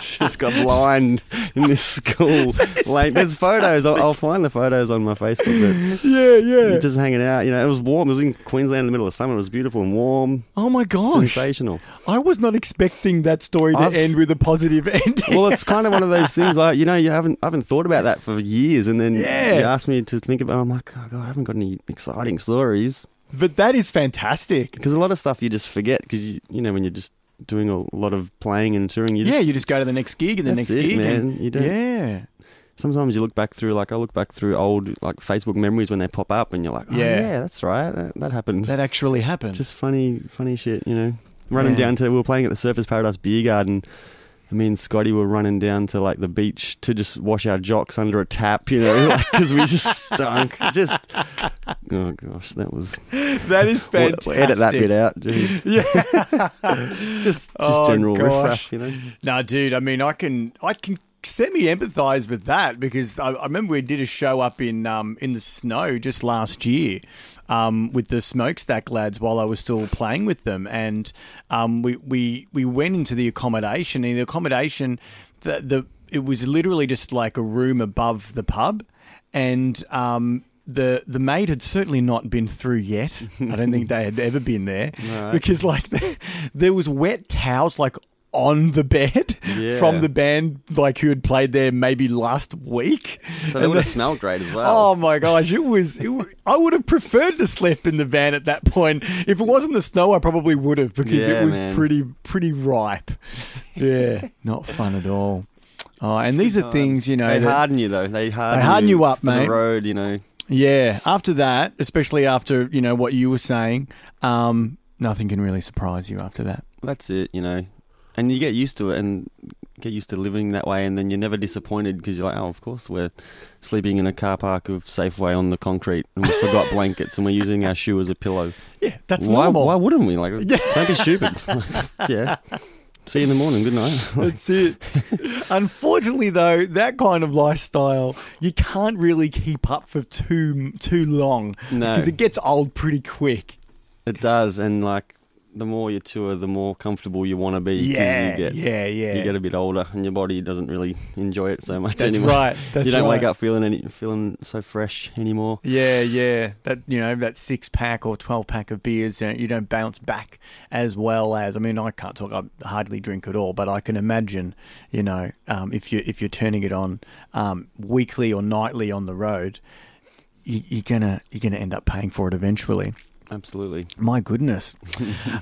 Speaker 10: Just got blind in this school. like, there's photos. I'll, I'll find the photos on my Facebook. But
Speaker 3: Yeah, yeah.
Speaker 10: you're Just hanging out. You know, it was warm. It was in Queensland in the middle of summer. It was beautiful and warm.
Speaker 3: Oh my gosh.
Speaker 10: Sensational.
Speaker 3: I was not expecting that story to
Speaker 10: I've-
Speaker 3: end with a positive ending.
Speaker 10: well, it's kind of one of those things. I, you know, you haven't, I haven't thought about that for years, and then
Speaker 3: Yeah.
Speaker 10: you asked me to think about. it. I'm like, oh god, I haven't got any exciting stories
Speaker 3: But that is fantastic.
Speaker 10: because a lot of stuff you just forget because you, you know, when you're just doing a lot of playing and touring, you just,
Speaker 3: yeah, you just go to the next gig and the
Speaker 10: That's
Speaker 3: next
Speaker 10: it,
Speaker 3: gig.
Speaker 10: man.
Speaker 3: And,
Speaker 10: You don't-
Speaker 3: Yeah.
Speaker 10: Sometimes you look back through, like I look back through old like Facebook memories when they pop up, and you're like, oh,
Speaker 3: Yeah.
Speaker 10: yeah, that's right, that, that happened.
Speaker 3: That actually happened.
Speaker 10: just funny, funny shit, you know. Running
Speaker 3: Yeah.
Speaker 10: down to, we were playing at the Surface Paradise Beer Garden. and Me and Scotty were running down to like the beach to just wash our jocks under a tap, you know, because we just stunk. Just, oh gosh, that was.
Speaker 3: that is
Speaker 10: we'll-
Speaker 3: fantastic.
Speaker 10: we'll edit that bit out. Jeez.
Speaker 3: Yeah.
Speaker 10: Just, just
Speaker 3: Oh,
Speaker 10: general
Speaker 3: gosh.
Speaker 10: riffraff, you know.
Speaker 3: No, dude. I mean, I can, I can semi empathize with that because I, I remember we did a show up in um, in the snow just last year um, with the Smokestack lads while I was still playing with them, and um, we we we went into the accommodation, and the accommodation, the, the it was literally just like a room above the pub, and um, the the maid had certainly not been through yet. I don't think they had ever been there because like there was wet towels like on the bed from
Speaker 10: Yeah.
Speaker 3: the band like who had played there maybe last week.
Speaker 10: So
Speaker 3: And
Speaker 10: they would have
Speaker 3: they-
Speaker 10: smelled great as well.
Speaker 3: Oh my gosh, it was. It wa- I would have preferred to sleep in the van at that point. If it wasn't the snow, I probably would have because
Speaker 10: Yeah,
Speaker 3: it was
Speaker 10: man.
Speaker 3: pretty pretty ripe. Yeah, not fun at all. Oh, and these are things you know.
Speaker 10: they
Speaker 3: that-
Speaker 10: harden you though. They harden.
Speaker 3: harden you up,
Speaker 10: for the
Speaker 3: mate.
Speaker 10: road, you know.
Speaker 3: Yeah, after that, especially after you know what you were saying, um, nothing can really surprise you after that.
Speaker 10: That's it, you know. And you get used to it and get used to living that way, and then you're never disappointed because you're like, oh, of course, we're sleeping in a car park of Safeway on the concrete and we forgot blankets and we're using our shoe as a pillow.
Speaker 3: Yeah, that's
Speaker 10: why,
Speaker 3: normal.
Speaker 10: why wouldn't we? Like, don't be stupid. yeah. See you in the morning. Good night.
Speaker 3: That's it. Unfortunately, though, that kind of lifestyle you can't really keep up for too too long
Speaker 10: No.
Speaker 3: because it gets old pretty quick.
Speaker 10: it does. And like, the more you tour, the more comfortable you want to be. 'cause
Speaker 3: Yeah,
Speaker 10: you get,
Speaker 3: yeah, yeah.
Speaker 10: You get a bit older, and your body doesn't really enjoy it so much
Speaker 3: That's
Speaker 10: anymore.
Speaker 3: right. That's
Speaker 10: you don't
Speaker 3: right.
Speaker 10: wake up feeling any feeling so fresh anymore.
Speaker 3: Yeah, yeah. That you know that six pack or twelve pack of beers, uh, you, know, you don't bounce back as well as. I mean, I can't talk. I hardly drink at all, but I can imagine. You know, um, if you if you're turning it on um, weekly or nightly on the road, you, you're gonna you're gonna end up paying for it eventually.
Speaker 10: Absolutely.
Speaker 3: My goodness.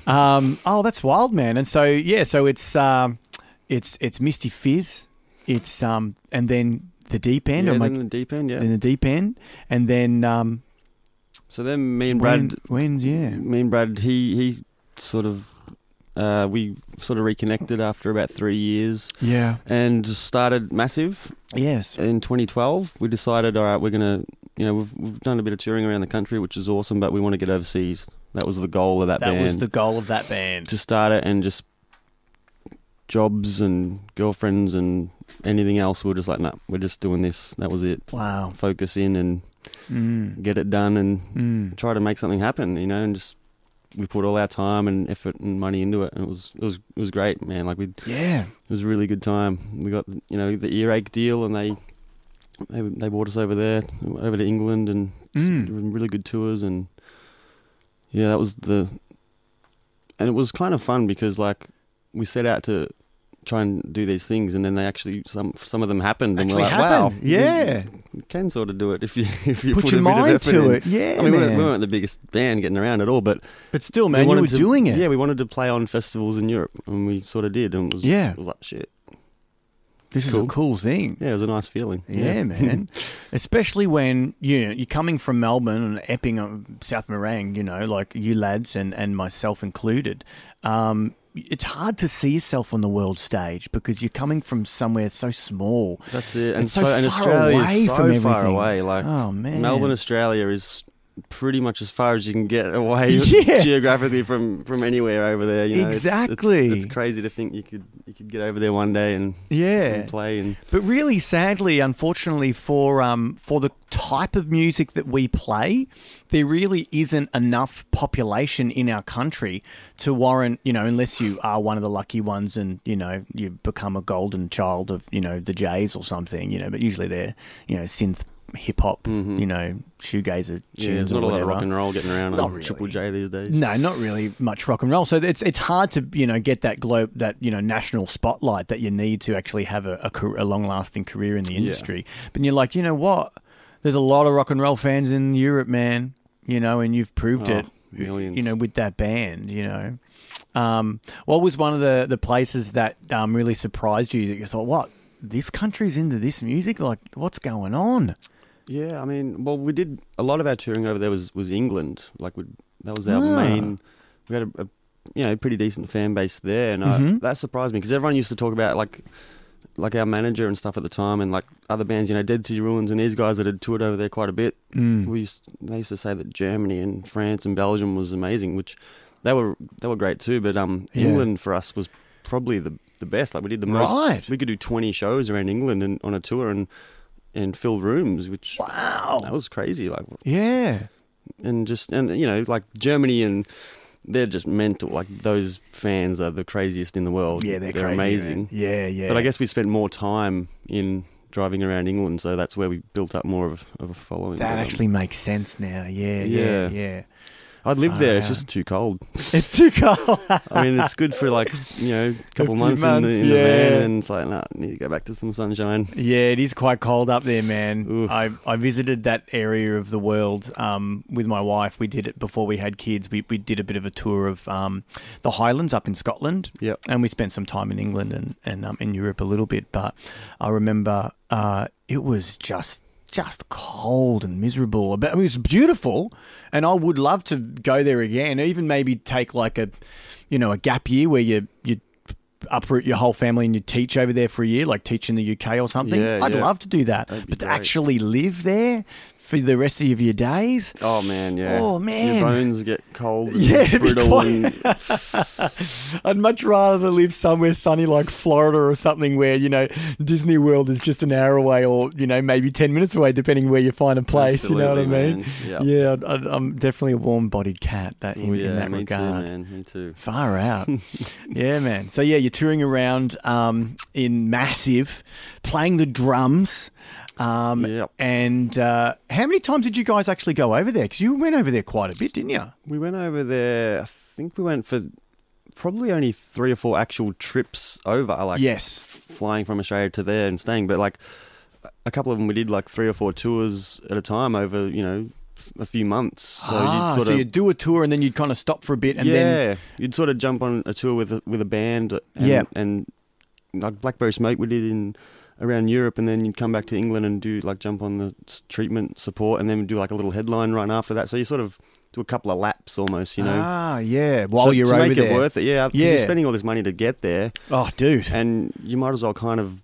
Speaker 3: um, oh, that's wild, man. And so yeah, so it's um, it's it's Misty Fizz, it's um, and then the deep end.
Speaker 10: yeah,
Speaker 3: I'm
Speaker 10: then
Speaker 3: like,
Speaker 10: the deep end, yeah.
Speaker 3: then the deep end, and then um,
Speaker 10: So then me and Brad,
Speaker 3: when, when's yeah,
Speaker 10: me and Brad, he he sort of uh, we sort of reconnected after about three years
Speaker 3: yeah,
Speaker 10: and started massive
Speaker 3: yes,
Speaker 10: in 2012. We decided, all right, we're gonna, you know, we've we've done a bit of touring around the country, which is awesome, but we want to get overseas. That was the goal of that,
Speaker 3: that
Speaker 10: band
Speaker 3: was the goal of that band.
Speaker 10: to start it and just jobs and girlfriends and anything else. We were just like, nah, we're just doing this. That was it.
Speaker 3: Wow.
Speaker 10: Focus in and
Speaker 3: Mm.
Speaker 10: get it done and
Speaker 3: Mm.
Speaker 10: try to make something happen. You know, and just we put all our time and effort and money into it, and it was it was it was great, man. Like we
Speaker 3: Yeah.
Speaker 10: it was a really good time. We got you know the earache deal, and they they they brought us over there, over to England, and
Speaker 3: Mm.
Speaker 10: there were really good tours. And yeah, that was the and it was kind of fun because like we set out to try and do these things, and then they actually some some of them happened, and
Speaker 3: Actually
Speaker 10: we're like,
Speaker 3: happened.
Speaker 10: wow,
Speaker 3: Yeah.
Speaker 10: you can sort of do it if you if you
Speaker 3: Put
Speaker 10: put,
Speaker 3: your
Speaker 10: a bit
Speaker 3: mind
Speaker 10: of effort
Speaker 3: to
Speaker 10: in.
Speaker 3: it. Yeah,
Speaker 10: I mean we weren't-
Speaker 3: man.
Speaker 10: we weren't the biggest band getting around at all, but
Speaker 3: But still,
Speaker 10: we
Speaker 3: man, you
Speaker 10: wanted
Speaker 3: were
Speaker 10: to-
Speaker 3: doing it.
Speaker 10: Yeah, we wanted to play on festivals in Europe, and we sort of did, and it was
Speaker 3: Yeah.
Speaker 10: it was like shit.
Speaker 3: This is a cool thing.
Speaker 10: Yeah, it was a nice feeling.
Speaker 3: Yeah, man. Especially when you know, you're coming from Melbourne and Epping, uh, South Morang. You know, like you lads and and myself included. Um, it's hard to see yourself on the world stage because you're coming from somewhere so small.
Speaker 10: That's it. And
Speaker 3: It's
Speaker 10: so,
Speaker 3: so
Speaker 10: and
Speaker 3: far
Speaker 10: Australia
Speaker 3: away
Speaker 10: is so
Speaker 3: from
Speaker 10: far
Speaker 3: everything.
Speaker 10: away. Like
Speaker 3: Oh, man.
Speaker 10: Melbourne, Australia is pretty much as far as you can get away
Speaker 3: Yeah.
Speaker 10: geographically from from anywhere over there. You know, It's- it's-
Speaker 3: Exactly.
Speaker 10: It's, crazy to think you could you could get over there one day and
Speaker 3: Yeah.
Speaker 10: and play and
Speaker 3: But really, sadly, unfortunately, for um, for the type of music that we play, there really isn't enough population in our country to warrant, you know, unless you are one of the lucky ones and you know you become a golden child of you know the Jays or something, you know. But usually they're you know synth hip hop, you know, shoegazer tunes.
Speaker 10: Mm-hmm. yeah, there's
Speaker 3: or
Speaker 10: not a lot of
Speaker 3: whatever.
Speaker 10: rock and roll getting around
Speaker 3: Not
Speaker 10: on Triple J these days.
Speaker 3: No, not really much rock and roll. So it's it's hard to you know get that globe that you know national spotlight that you need to actually have a, a, car- a long lasting career in the industry. But you're like, you know what? There's a lot of rock and roll fans in Europe, man. You know, and you've proved
Speaker 10: Oh,
Speaker 3: it.
Speaker 10: millions.
Speaker 3: You know, with that band, you know. Um, what was one of the the places that um, really surprised you that you thought, what this country's into this music? Like, what's going on?
Speaker 10: Yeah, I mean, well, we did a lot of our touring over there was was England. Like, we, that was our
Speaker 3: Ah.
Speaker 10: main. We had a, a you know pretty decent fan base there, and I,
Speaker 3: Mhm.
Speaker 10: that surprised me because everyone used to talk about like like our manager and stuff at the time, and like other bands, you know, Dead Sea Ruins and these guys that had toured over there quite a bit.
Speaker 3: Mm.
Speaker 10: We used, they used to say that Germany and France and Belgium was amazing, which they were they were great too. But um,
Speaker 3: Yeah.
Speaker 10: England for us was probably the the best. Like we did the most.
Speaker 3: Right.
Speaker 10: We could do twenty shows around England and on a tour and and fill rooms, which
Speaker 3: wow,
Speaker 10: that was crazy. Like
Speaker 3: Yeah.
Speaker 10: and just and you know like Germany and they're just mental. Like those fans are the craziest in the world.
Speaker 3: Yeah, they're crazy,
Speaker 10: amazing.
Speaker 3: man. Yeah, yeah.
Speaker 10: But I guess we spent more time in driving around England, so that's where we built up more of a, of a following.
Speaker 3: That
Speaker 10: But, um,
Speaker 3: actually makes sense now. Yeah, yeah, yeah.
Speaker 10: Yeah.
Speaker 3: I
Speaker 10: I'd live there.
Speaker 3: Oh,
Speaker 10: It's just too cold. It's too
Speaker 3: cold.
Speaker 10: I mean, it's good for like you know a couple
Speaker 3: few
Speaker 10: months, in,
Speaker 3: months,
Speaker 10: the, in
Speaker 3: yeah.
Speaker 10: the van, and it's like, nah, need to go back to some sunshine.
Speaker 3: Yeah, it is quite cold up there, man. I, I visited that area of the world um, with my wife. We did it before we had kids. We, we did a bit of a tour of um, the Highlands up in Scotland.
Speaker 10: Yep.
Speaker 3: And we spent some time in England and, and um, in Europe a little bit. But I remember uh, it was just just cold and miserable. But it was beautiful, and I would love to go there again. Even maybe take like a, you know, a gap year where you you uproot your whole family and you teach over there for a year, like teach in the UK or something.
Speaker 10: Yeah,
Speaker 3: I'd
Speaker 10: yeah.
Speaker 3: love to do that,
Speaker 10: That'd be
Speaker 3: but to
Speaker 10: great.
Speaker 3: actually live there for the rest of your days.
Speaker 10: Oh man, yeah.
Speaker 3: Oh, man.
Speaker 10: your bones get cold. And
Speaker 3: Yeah, it'd be
Speaker 10: brittle
Speaker 3: quite-
Speaker 10: and
Speaker 3: I'd much rather than live somewhere sunny like Florida or something where, you know, Disney World is just an hour away or, you know, maybe 10 minutes away, depending where you find a place. you know what I
Speaker 10: Absolutely,
Speaker 3: mean?
Speaker 10: man. Yeah.
Speaker 3: Yeah, I'd, I'd, I'm definitely a warm bodied cat that, in,
Speaker 10: Oh,
Speaker 3: in
Speaker 10: yeah,
Speaker 3: that
Speaker 10: me
Speaker 3: regard.
Speaker 10: Too, man. Me too.
Speaker 3: Far out. yeah, man. So, yeah, you're touring around um, in Massive, playing the drums. Um, And uh, how many times did you guys actually go over there? Because you went over there quite a bit, didn't you?
Speaker 10: We went over there. I think we went for probably only three or four actual trips over. Like
Speaker 3: Yes.
Speaker 10: f- flying from Australia to there and staying. But like a- a couple of them, we did like three or four tours at a time over you know a few months. So
Speaker 3: ah,
Speaker 10: you'd sort
Speaker 3: so
Speaker 10: of
Speaker 3: you'd do a tour and then you'd kind of stop for a bit and
Speaker 10: yeah,
Speaker 3: then
Speaker 10: you'd sort of jump on a tour with a, with a band. And,
Speaker 3: Yeah.
Speaker 10: and like Blackberry Smoke, we did in around Europe, and then you'd come back to England and do like jump on the s- treatment support, and then we'd do like a little headline run after that. So you sort of do a couple of laps almost, you know.
Speaker 3: Ah, yeah. While
Speaker 10: So
Speaker 3: you're
Speaker 10: to
Speaker 3: over
Speaker 10: make
Speaker 3: there.
Speaker 10: it worth it, yeah. 'cause
Speaker 3: Yeah.
Speaker 10: you're spending all this money to get there.
Speaker 3: Oh, dude.
Speaker 10: And you might as well kind of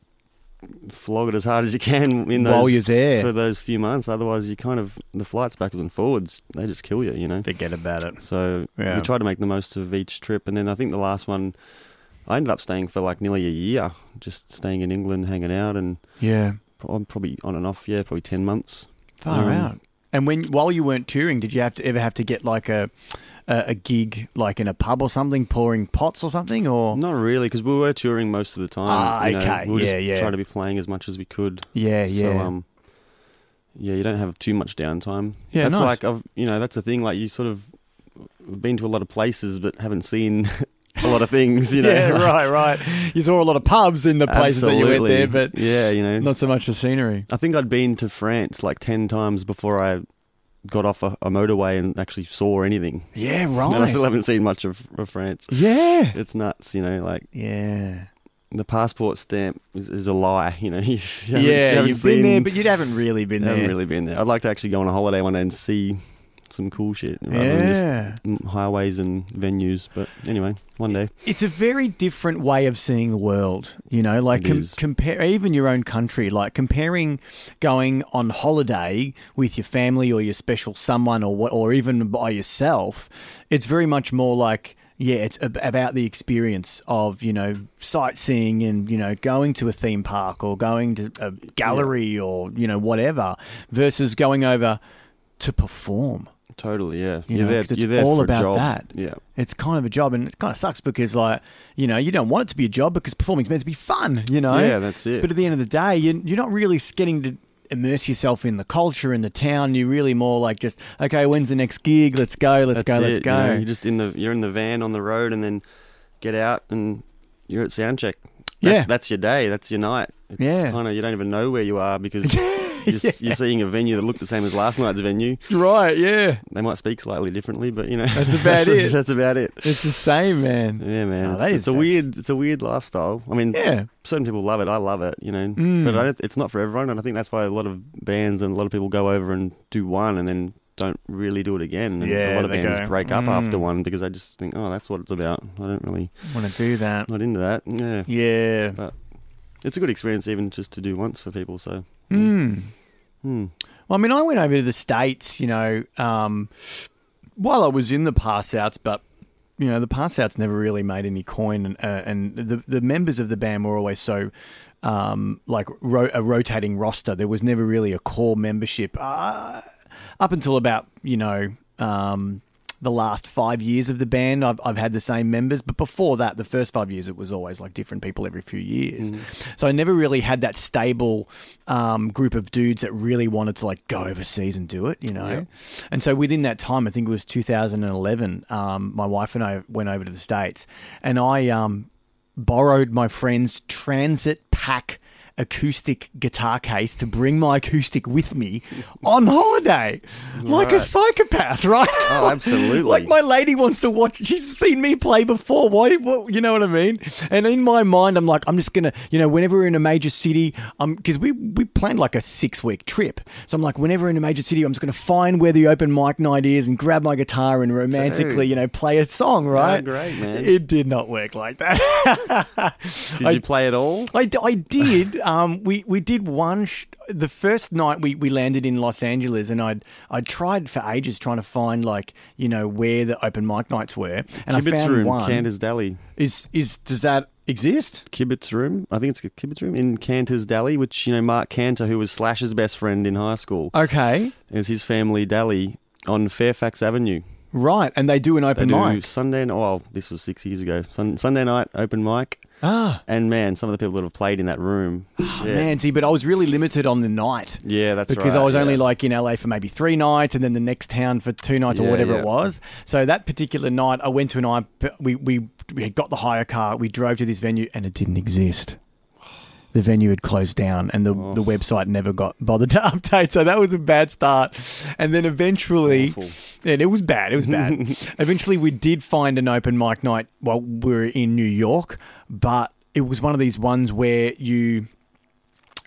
Speaker 10: flog it as hard as you can in those,
Speaker 3: While you're there.
Speaker 10: for those few months. Otherwise, you kind of the flights backwards and forwards they just kill you. You know,
Speaker 3: forget about it.
Speaker 10: So
Speaker 3: Yeah.
Speaker 10: we tried to make the most of each trip, and then I think the last one. I ended up staying for like nearly a year, just staying in England, hanging out, and
Speaker 3: Yeah.
Speaker 10: pro- I'm probably on and off. Yeah, probably ten months.
Speaker 3: Far
Speaker 10: Um,
Speaker 3: out. And when while you weren't touring, did you have to ever have to get like a a, a gig like in a pub or something, pouring pots or something, or
Speaker 10: Not really, because we were touring most of the time.
Speaker 3: Oh. Ah,
Speaker 10: you know,
Speaker 3: okay.
Speaker 10: we were
Speaker 3: Yeah,
Speaker 10: just
Speaker 3: yeah.
Speaker 10: Trying to be playing as much as we could.
Speaker 3: Yeah, yeah.
Speaker 10: So, um, yeah, you don't have too much downtime.
Speaker 3: Yeah,
Speaker 10: that's
Speaker 3: nice.
Speaker 10: like I've you know that's the thing. Like you sort of been to a lot of places, but haven't seen a lot of things. You know,
Speaker 3: yeah, right, right. You saw a lot of pubs in the places that you went there, but
Speaker 10: yeah, you know,
Speaker 3: not so much the scenery.
Speaker 10: I think I'd been to France like ten times before I got off a, a motorway and actually saw anything.
Speaker 3: Yeah,
Speaker 10: And I
Speaker 3: right.
Speaker 10: still haven't seen much of, of France.
Speaker 3: Yeah.
Speaker 10: it's nuts. You know, like
Speaker 3: yeah.
Speaker 10: The passport stamp is, is a lie, you know. You haven't- you
Speaker 3: yeah,
Speaker 10: haven't
Speaker 3: you've been there,
Speaker 10: seen-
Speaker 3: but you haven't really been there.
Speaker 10: haven't really been there. I'd like to actually go on a holiday one day and see some cool shit rather
Speaker 3: Yeah.
Speaker 10: than just mm, highways and venues. But anyway, one day.
Speaker 3: it's a very different way of seeing the world you know like com- compare even your own country like comparing going on holiday with your family or your special someone or what or even by yourself it's very much more like yeah, it's ab- about the experience of you know sightseeing and you know going to a theme park or going to a gallery or you know whatever, versus going over to perform.
Speaker 10: Totally, yeah.
Speaker 3: You
Speaker 10: You're
Speaker 3: know,
Speaker 10: there-
Speaker 3: 'cause it's
Speaker 10: you're there
Speaker 3: all
Speaker 10: for a
Speaker 3: about
Speaker 10: job.
Speaker 3: that.
Speaker 10: Yeah.
Speaker 3: it's kind of a job, and it kind of sucks because, like, you know, you don't want it to be a job because performing's meant to be fun. You know,
Speaker 10: Yeah, that's it.
Speaker 3: But at the end of the day, you, you're not really getting to immerse yourself in the culture in the town. You're really more like just okay, when's the next gig? Let's go, let's
Speaker 10: That's
Speaker 3: go, let's
Speaker 10: it, You
Speaker 3: go.
Speaker 10: are just in the you're in the van on the road and then get out and you're at sound check. That-
Speaker 3: Yeah.
Speaker 10: that's your day. That's your night. It's
Speaker 3: Yeah.
Speaker 10: kind of you don't even know where you are because you're, s you're seeing a venue that looked the same as last night's venue.
Speaker 3: Right, yeah.
Speaker 10: They might speak slightly differently, but you know
Speaker 3: That's about it.
Speaker 10: That's about it.
Speaker 3: It's the same, man.
Speaker 10: Yeah, man.
Speaker 3: Oh,
Speaker 10: it's,
Speaker 3: that
Speaker 10: it's
Speaker 3: is-
Speaker 10: a
Speaker 3: that's-
Speaker 10: weird, it's a weird lifestyle. I mean,
Speaker 3: Yeah.
Speaker 10: Certain people love it. I love it, you know.
Speaker 3: Mm.
Speaker 10: But I don't, it's not for everyone, and I think that's why a lot of bands and a lot of people go over and do one and then don't really do it again. And
Speaker 3: Yeah,
Speaker 10: a lot of
Speaker 3: they
Speaker 10: bands
Speaker 3: go,
Speaker 10: break up
Speaker 3: "Mm."
Speaker 10: after one because I just think, oh, that's what it's about. I don't really
Speaker 3: Want to do that?
Speaker 10: not into that. Yeah,
Speaker 3: yeah.
Speaker 10: But it's a good experience even just to do once for people. So
Speaker 3: Mm.
Speaker 10: Hmm.
Speaker 3: Well, I mean, I went over to the States, you know, um, while I was in the pass outs, but, you know, the pass outs never really made any coin. And, uh, and the, the members of the band were always so, um, like, ro- a rotating roster. There was never really a core membership uh, up until about, you know, um, the last five years of the band, I've, I've had the same members. But before that, the first five years, it was always like different people every few years. So I never really had that stable um, group of dudes that really wanted to like go overseas and do it, you know? And so within that time, I think it was 2011, um, my wife and I went over to the States and I um, borrowed my friend's Transit Pack acoustic guitar case to bring my acoustic with me on holiday like a
Speaker 10: Right.
Speaker 3: psychopath right
Speaker 10: Oh, absolutely.
Speaker 3: like my lady wants to watch. She's seen me play before. Why? What, you know what I mean? And in my mind, I'm like, I'm just gonna, you know, whenever we're in a major city, um, because we we planned like a six week trip. So I'm like, whenever we're in a major city, I'm just gonna find where the open mic night is and grab my guitar and romantically,
Speaker 10: Dude.
Speaker 3: you know, play a song. Right?
Speaker 10: great, man.
Speaker 3: It did not work like that.
Speaker 10: did
Speaker 3: I-
Speaker 10: you play at all?
Speaker 3: I, d- I did. Um, we, we did one. Sh- the first night we, we landed in Los Angeles, and I'd I tried for ages trying to find like you know where the open mic nights were, and I
Speaker 10: Kibbutz
Speaker 3: found
Speaker 10: Room,
Speaker 3: one.
Speaker 10: Candace Dally.
Speaker 3: Is is does that exist?
Speaker 10: Kibbutz Room. I think it's a Kibbutz Room in Cantor's Dally, which, you know, Mark Cantor, who was Slash's best friend in high school,
Speaker 3: Uh, Okay,
Speaker 10: is his family Dally on Fairfax Avenue.
Speaker 3: right, and they do an
Speaker 10: They
Speaker 3: open
Speaker 10: do
Speaker 3: mic.
Speaker 10: Sunday, n- oh, well, this was six years ago. Sun, Sunday night open mic.
Speaker 3: Ah.
Speaker 10: And man, some of the people that have played in that room. yeah.
Speaker 3: Man, see, but I was really limited on the night.
Speaker 10: Yeah, that's
Speaker 3: because
Speaker 10: right,
Speaker 3: I was only
Speaker 10: yeah.
Speaker 3: like in LA for maybe three nights, and then the next town for two nights or
Speaker 10: Yeah,
Speaker 3: whatever
Speaker 10: yeah.
Speaker 3: it was. So that particular night, I went to an I we we we had got the hire car, we drove to this venue, and it didn't exist. The venue had closed down, and the
Speaker 10: Oh.
Speaker 3: the website never got bothered to update. So that was a bad start. And then eventually, and it was bad. It was bad. eventually, we did find an open mic night while we were in New York, but it was one of these ones where you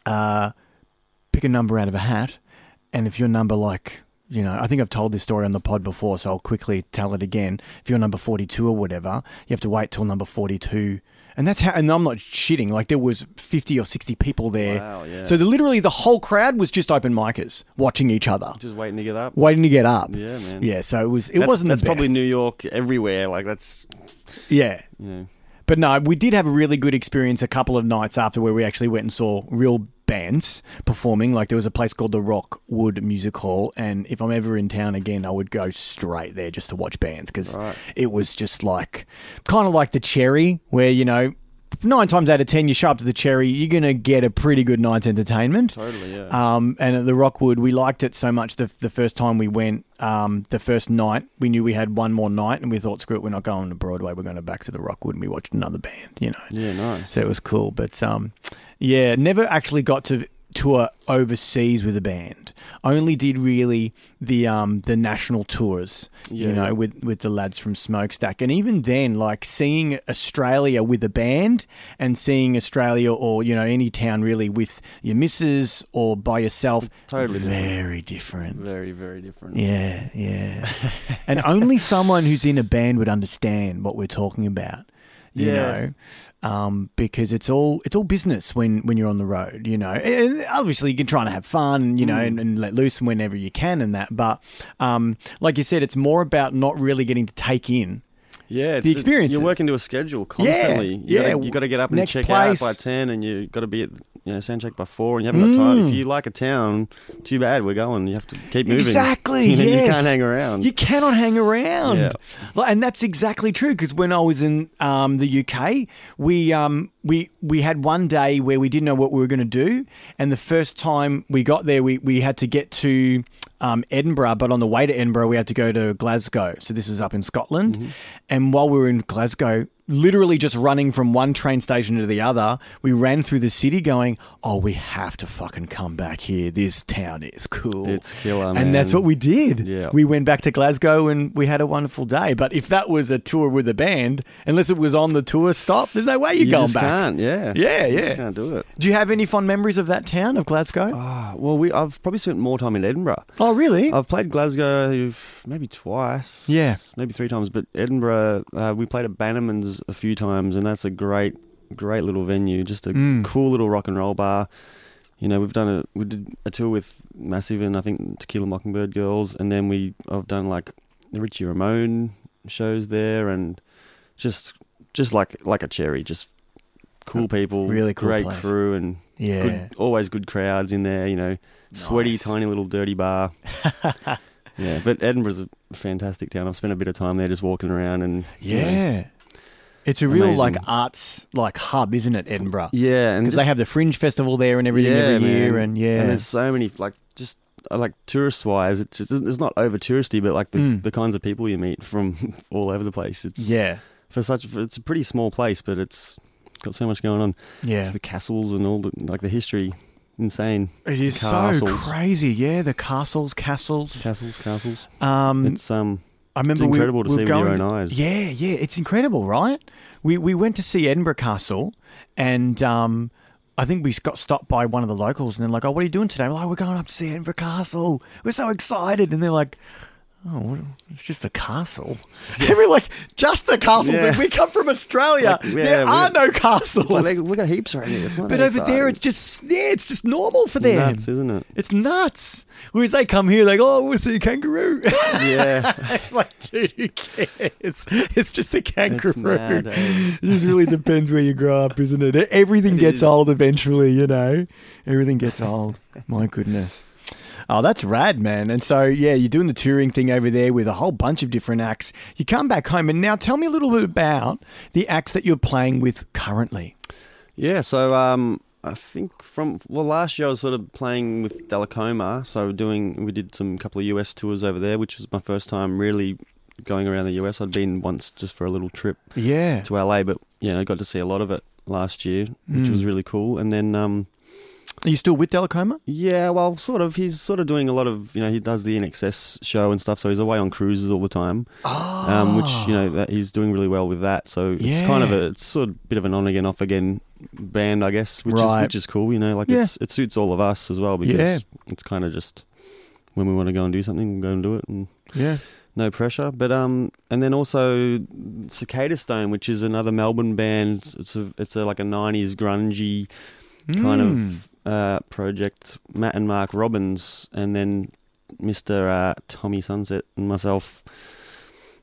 Speaker 3: uh, pick a number out of a hat, and if your number, like, you know, I think I've told this story on the pod before, so I'll quickly tell it again. If you're number 42 or whatever, you have to wait till number 42. And that's how, and I'm not shitting, like, there was 50 or 60 people there.
Speaker 10: Wow, yeah.
Speaker 3: So the, literally the whole crowd was just open micers watching each other,
Speaker 10: Just waiting to get up.
Speaker 3: waiting to get up.
Speaker 10: Yeah, man.
Speaker 3: Yeah, so it was, it
Speaker 10: That's-
Speaker 3: wasn't
Speaker 10: That's
Speaker 3: the best.
Speaker 10: probably New York everywhere. Like, that's,
Speaker 3: Yeah.
Speaker 10: you know.
Speaker 3: But no, we did have a really good experience a couple of nights after where we actually went and saw real bands performing. Like there was a place called the Rockwood Music Hall, and if I'm ever in town again, I would go straight there just to watch bands because it was just like kind of like the Cherry, where you know. Nine times out of ten, you show up to the Cherry, you're gonna get a pretty good night's entertainment.
Speaker 10: Totally, yeah.
Speaker 3: Um, and at the Rockwood, we liked it so much the, the first time we went, um, the first night, we knew we had one more night and we thought, screw it, we're not going to Broadway. We're going to back to the Rockwood and we watched another band, you know.
Speaker 10: Yeah, nice.
Speaker 3: So it was cool. But um, yeah, never actually got to tour overseas with a band. Only did really the um, the national tours, you
Speaker 10: Yeah.
Speaker 3: know, with, with the lads from Smokestack. And even then, like seeing Australia with a band and seeing Australia or, you know, any town really with your missus or by yourself.
Speaker 10: Totally different.
Speaker 3: Very different.
Speaker 10: Very, very different.
Speaker 3: Yeah, yeah. and only someone who's in a band would understand what we're talking about. You
Speaker 10: Yeah.
Speaker 3: know, um, because it's all it's all business when when you're on the road. You know, and obviously you can try to have fun. You know, and, and let loose whenever you can and that. But um, like you said, it's more about not really getting to take in.
Speaker 10: Yeah, it's
Speaker 3: The experiences.
Speaker 10: You're working to a schedule constantly. you
Speaker 3: yeah.
Speaker 10: Gotta, you got to get up and
Speaker 3: Next
Speaker 10: check
Speaker 3: place.
Speaker 10: out by ten, and you got to be at you know sound check by four, and you haven't got time.
Speaker 3: Mm.
Speaker 10: If you like a town, too bad we're going. You have to keep moving.
Speaker 3: Exactly.
Speaker 10: You know,
Speaker 3: yes.
Speaker 10: You can't hang around.
Speaker 3: You cannot hang around.
Speaker 10: Yeah.
Speaker 3: Like, and that's exactly true. Because when I was in um, the UK, we um, we we had one day where we didn't know what we were going to do, and the first time we got there, we we had to get to. Um, Edinburgh, but on the way to Edinburgh, we had to go to Glasgow. So this was up in Scotland,
Speaker 10: Mm-hmm.
Speaker 3: and while we were in Glasgow, literally just running from one train station to the other, we ran through the city, going, "Oh, we have to fucking come back here. This town is cool.
Speaker 10: It's killer,
Speaker 3: and that's
Speaker 10: man.
Speaker 3: what we did.
Speaker 10: Yeah.
Speaker 3: We went back to Glasgow and we had a wonderful day. But if that was a tour with a band, unless it was on the tour stop, there's no way you're
Speaker 10: You
Speaker 3: going
Speaker 10: just
Speaker 3: back.
Speaker 10: can't. Yeah.
Speaker 3: Yeah,
Speaker 10: You
Speaker 3: yeah.
Speaker 10: Just can't do it.
Speaker 3: Do you have any fond memories of that town of Glasgow?
Speaker 10: Ah, well, we I've probably spent more time in Edinburgh.
Speaker 3: oh, really?
Speaker 10: I've played Glasgow maybe twice.
Speaker 3: Yeah.
Speaker 10: Maybe three times. But Edinburgh, uh, we played at Bannerman's a few times, and that's a great, great little venue. Just a
Speaker 3: Mm.
Speaker 10: cool little rock and roll bar. You know, we've done a we did a tour with Massive and I think Tequila Mockingbird Girls, and then we I've done like the Richie Ramone shows there, and just just like like a cherry, just cool people,
Speaker 3: really cool
Speaker 10: great
Speaker 3: place.
Speaker 10: crew, and
Speaker 3: yeah.
Speaker 10: good, always good crowds in there. You know, sweaty,
Speaker 3: Nice.
Speaker 10: tiny little dirty bar. yeah, but Edinburgh's a fantastic town. I've spent a bit of time there, just walking around and you know,
Speaker 3: Yeah. It's a real like
Speaker 10: Amazing.
Speaker 3: arts like hub, isn't it, Edinburgh?
Speaker 10: yeah, and
Speaker 3: Because
Speaker 10: just,
Speaker 3: they have the Fringe Festival there and everything every year,
Speaker 10: man.
Speaker 3: and yeah,
Speaker 10: and there's so many like just uh, like tourist wise, it's just, it's not over touristy, but like the,
Speaker 3: Mm.
Speaker 10: the kinds of people you meet from all over the place. It's
Speaker 3: yeah,
Speaker 10: for such for, it's a pretty small place, but it's got so much going on.
Speaker 3: yeah.
Speaker 10: It's the castles and all the like the history, insane
Speaker 3: It is so
Speaker 10: castles.
Speaker 3: crazy. Yeah, the castles, castles.
Speaker 10: castles, castles.
Speaker 3: Um,
Speaker 10: It's um.
Speaker 3: I remember
Speaker 10: It's incredible
Speaker 3: we,
Speaker 10: to
Speaker 3: we
Speaker 10: see
Speaker 3: were
Speaker 10: with your
Speaker 3: going-
Speaker 10: own eyes.
Speaker 3: Yeah, yeah, it's incredible, right? We we went to see Edinburgh Castle, and um, I think we got stopped by one of the locals, and they're like, "Oh, what are you doing today?" We're like, "We're going up to see Edinburgh Castle. We're so excited!" And they're like. Oh, what- it's just a castle. And we're like, just the castle.
Speaker 10: Yeah.
Speaker 3: dude. We come from Australia.
Speaker 10: Like, yeah,
Speaker 3: there
Speaker 10: we-
Speaker 3: are no castles.
Speaker 10: Like, we got heaps around here. It's not
Speaker 3: but
Speaker 10: that
Speaker 3: over there,
Speaker 10: exciting.
Speaker 3: it's just yeah, it's just normal for them.
Speaker 10: nuts, isn't it?
Speaker 3: It's nuts. Whereas they come here, like, oh, we'll see a kangaroo.
Speaker 10: Yeah.
Speaker 3: like, dude, who cares? It's just a kangaroo.
Speaker 10: mad, eh?
Speaker 3: It just really depends where you grow up, isn't it? Everything
Speaker 10: It
Speaker 3: gets
Speaker 10: is.
Speaker 3: old eventually, you know. Everything gets old. My goodness. Oh, that's rad, man. And so, yeah, you're doing the touring thing over there with a whole bunch of different acts. You come back home, and now tell me a little bit about the acts that you're playing with currently.
Speaker 10: Yeah, so um, I think from well last year I was sort of playing with Delacoma, so doing we did some couple of US tours over there, which was my first time really going around the US. I'd been once just for a little trip
Speaker 3: Yeah.
Speaker 10: to LA, but you know, I got to see a lot of it last year, which
Speaker 3: Mm.
Speaker 10: was really cool. And then um,
Speaker 3: Are you still with Delacoma?
Speaker 10: yeah, well, sort of he's sort of doing a lot of you know he does the NXS show and stuff, so he's away on cruises all the time.
Speaker 3: Oh.
Speaker 10: um, which you know that he's doing really well with that. So it's kind of
Speaker 3: Yeah.
Speaker 10: a it's sort of bit of an on again off again band, I guess, which
Speaker 3: Right.
Speaker 10: is which is cool. You know, like
Speaker 3: Yeah.
Speaker 10: it's, it suits all of us as well because
Speaker 3: Yeah.
Speaker 10: it's kind of just when we want to go and do something, we'll go and do it, and
Speaker 3: Yeah.
Speaker 10: no pressure. But um, and then also Cicada Stone, which is another Melbourne band. It's a it's a like a '90s grungy kind of
Speaker 3: Hmm.
Speaker 10: uh, project. Matt and Mark Robbins, and then Mr. Uh, Tommy Sunset and myself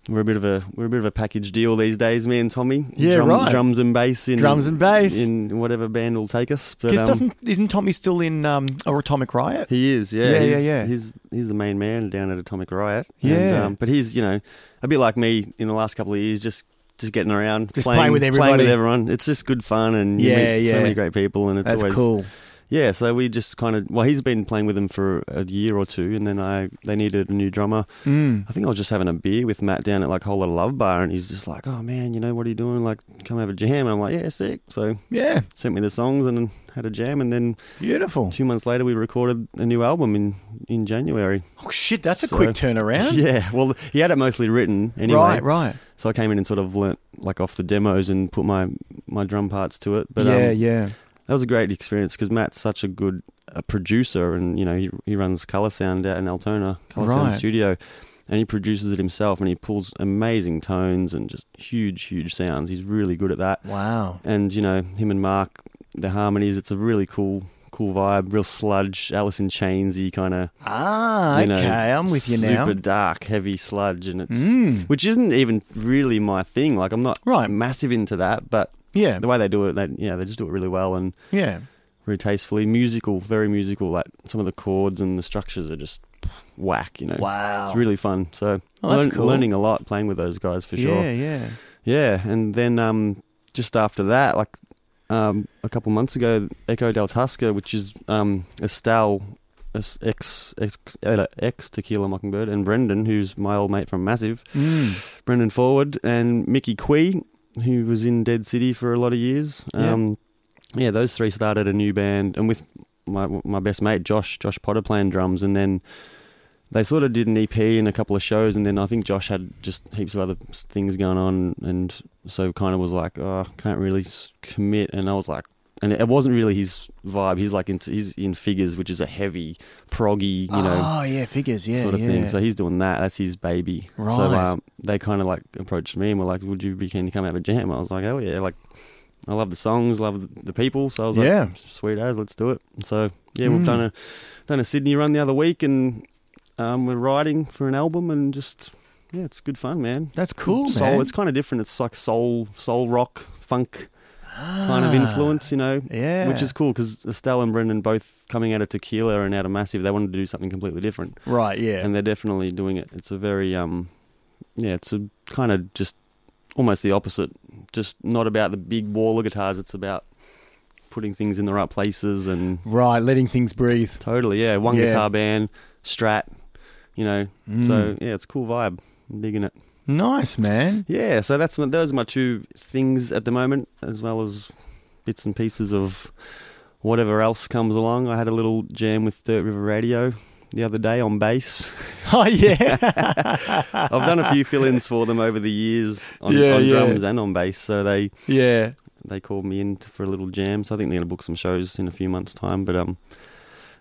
Speaker 10: We're a bit of a we're a bit of a package deal these days, me and Tommy.
Speaker 3: Yeah,
Speaker 10: Drum-
Speaker 3: right.
Speaker 10: Drums and bass in
Speaker 3: Hmm. Drums and bass.
Speaker 10: in whatever band will take us. But
Speaker 3: Because
Speaker 10: um,
Speaker 3: doesn't isn't Tommy still in um, or Atomic Riot?
Speaker 10: He is,
Speaker 3: Yeah,
Speaker 10: yeah,
Speaker 3: yeah,
Speaker 10: he's,
Speaker 3: yeah.
Speaker 10: He's he's the main man down at Atomic Riot. And,
Speaker 3: Yeah.
Speaker 10: um, but he's you know a bit like me in the last couple of years, just just getting around,
Speaker 3: Just playing with everybody.
Speaker 10: everyone. It's just good fun, and you
Speaker 3: Yeah,
Speaker 10: meet so
Speaker 3: yeah.
Speaker 10: many great people, and it's
Speaker 3: That's
Speaker 10: always
Speaker 3: cool.
Speaker 10: Yeah, so we just kind of well, he's been playing with them for a year or two, and then I they needed a new drummer.
Speaker 3: Mm.
Speaker 10: I think I was just having a beer with Matt down at like Whole Lot of Love Bar, and he's just like, "Oh man, you know what are you doing? Like, come have a jam." And I'm like, "Yeah, sick." So
Speaker 3: Yeah.
Speaker 10: sent me the songs and then had a jam, and then
Speaker 3: beautiful.
Speaker 10: Two months later, we recorded a new album in in January.
Speaker 3: Oh shit, that's a
Speaker 10: So-
Speaker 3: quick turnaround.
Speaker 10: Yeah, well, he had it mostly written anyway.
Speaker 3: Right, right.
Speaker 10: So I came in and sort of learnt like off the demos and put my my drum parts to it. But
Speaker 3: Yeah,
Speaker 10: um,
Speaker 3: yeah.
Speaker 10: that was a great experience because Matt's such a good uh, producer, and you know he he runs Color Sound out in Altona, Color
Speaker 3: Right.
Speaker 10: Sound Studio, and he produces it himself, and he pulls amazing tones and just huge, huge sounds. He's really good at that.
Speaker 3: Wow.
Speaker 10: And you know him and Mark, the harmonies. It's a really cool, cool vibe. Real sludge, Alice in Chainsy kind of.
Speaker 3: Ah, okay, I'm with you now.
Speaker 10: Super dark, heavy sludge, and it's
Speaker 3: Mm.
Speaker 10: which isn't even really my thing. Like I'm not right. massive into that, but
Speaker 3: yeah,
Speaker 10: the way they do it, they yeah, they just do it really well and
Speaker 3: Yeah.
Speaker 10: very tastefully, musical, very musical. Like some of the chords and the structures are just whack, you know.
Speaker 3: Wow.
Speaker 10: it's really fun. So
Speaker 3: Oh, that's
Speaker 10: learn-
Speaker 3: cool.
Speaker 10: learning a lot playing with those guys for sure.
Speaker 3: Yeah, yeah.
Speaker 10: yeah. And then um, just after that, like um, a couple months ago, Echo del Tusca, which is um, Estelle. es- Ex, ex, uh, ex Tequila Mockingbird and Brendan, who's my old mate from Massive,
Speaker 3: Mm.
Speaker 10: Brendan Forward, and Mickey Quee, who was in Dead City for a lot of years.
Speaker 3: Yeah.
Speaker 10: Um, yeah, those three started a new band, and with my my best mate Josh Josh Potter playing drums, and then they sort of did an EP and a couple of shows, and then I think Josh had just heaps of other s- things going on, and so kind of was like, oh, I can't really s- commit, and I was like. And it wasn't really his vibe. He's like into, he's in figures, which is a heavy, proggy, you know.
Speaker 3: Oh, yeah, Figures, yeah,
Speaker 10: sort of thing.
Speaker 3: yeah.
Speaker 10: So he's doing that. That's his baby. So
Speaker 3: Right.
Speaker 10: um, they kind of like approached me and were like, "Would you be keen to come have a jam?" I was like, "Oh yeah, like I love the songs, love the people." So I was
Speaker 3: Yeah.
Speaker 10: like, "Sweet as, let's do it." So yeah, we've
Speaker 3: Mm.
Speaker 10: done a done a Sydney run the other week, and um, we're writing for an album, and just yeah, it's good fun, man.
Speaker 3: That's cool,
Speaker 10: Soul,
Speaker 3: man.
Speaker 10: it's kind of different. It's like soul, soul rock, funk. Kind of
Speaker 3: Ah.
Speaker 10: influence, you know,
Speaker 3: Yeah.
Speaker 10: which is cool because Estelle and Brendan both coming out of Tequila and out of Massive, they wanted to do something completely different,
Speaker 3: Right, yeah.
Speaker 10: and they're definitely doing it. It's a very um, yeah, it's a kind of just almost the opposite. Just not about the big wall of guitars. It's about putting things in the right places and
Speaker 3: right, letting things breathe.
Speaker 10: Totally, yeah. One
Speaker 3: Yeah.
Speaker 10: guitar band, Strat, you know. So
Speaker 3: Mm.
Speaker 10: yeah, it's a cool vibe. I'm digging it.
Speaker 3: Nice, man.
Speaker 10: Yeah, so that's my, those are my two things at the moment, as well as bits and pieces of whatever else comes along. I had a little jam with Dirt River Radio the other day on bass.
Speaker 3: Oh, yeah.
Speaker 10: I've done a few fill-ins for them over the years on,
Speaker 3: Yeah,
Speaker 10: on
Speaker 3: yeah.
Speaker 10: drums and on bass, so they
Speaker 3: yeah
Speaker 10: they called me in for a little jam. So I think they're gonna book some shows in a few months' time, but um.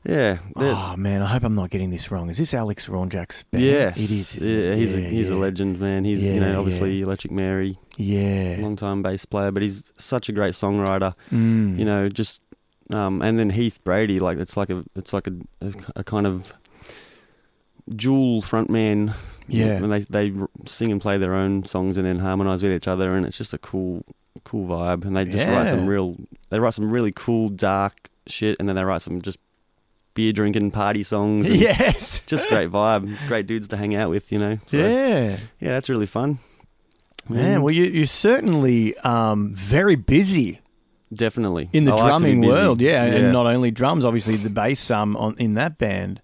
Speaker 10: Yeah. they're-
Speaker 3: Oh man, I hope I'm not getting this wrong. Is this Alex Ronjack's band?
Speaker 10: Yes,
Speaker 3: it is. isn't
Speaker 10: yeah,
Speaker 3: it?
Speaker 10: he's a,
Speaker 3: Yeah,
Speaker 10: he's a
Speaker 3: yeah.
Speaker 10: legend, man. He's you
Speaker 3: Yeah,
Speaker 10: know obviously Electric Mary,
Speaker 3: Yeah.
Speaker 10: long time bass player, but he's such a great songwriter.
Speaker 3: Mm.
Speaker 10: You know, just um, and then Heath Brady, like it's like a it's like a, a, a kind of dual frontman.
Speaker 3: Yeah.
Speaker 10: and they they r- sing and play their own songs and then harmonize with each other, and it's just a cool cool vibe. And they just write some
Speaker 3: Yeah.
Speaker 10: real they write some really cool dark shit, and then they write some just beer drinking party songs. and
Speaker 3: Yes.
Speaker 10: just great vibe, great dudes to hang out with, you know. So,
Speaker 3: Yeah.
Speaker 10: yeah, that's really fun.
Speaker 3: Man,
Speaker 10: Mm.
Speaker 3: well, you, you're certainly um, very busy
Speaker 10: Definitely
Speaker 3: in the
Speaker 10: I like to be
Speaker 3: drumming
Speaker 10: busy.
Speaker 3: world, yeah,
Speaker 10: Yeah.
Speaker 3: and not only drums, obviously the bass um, on, in that band.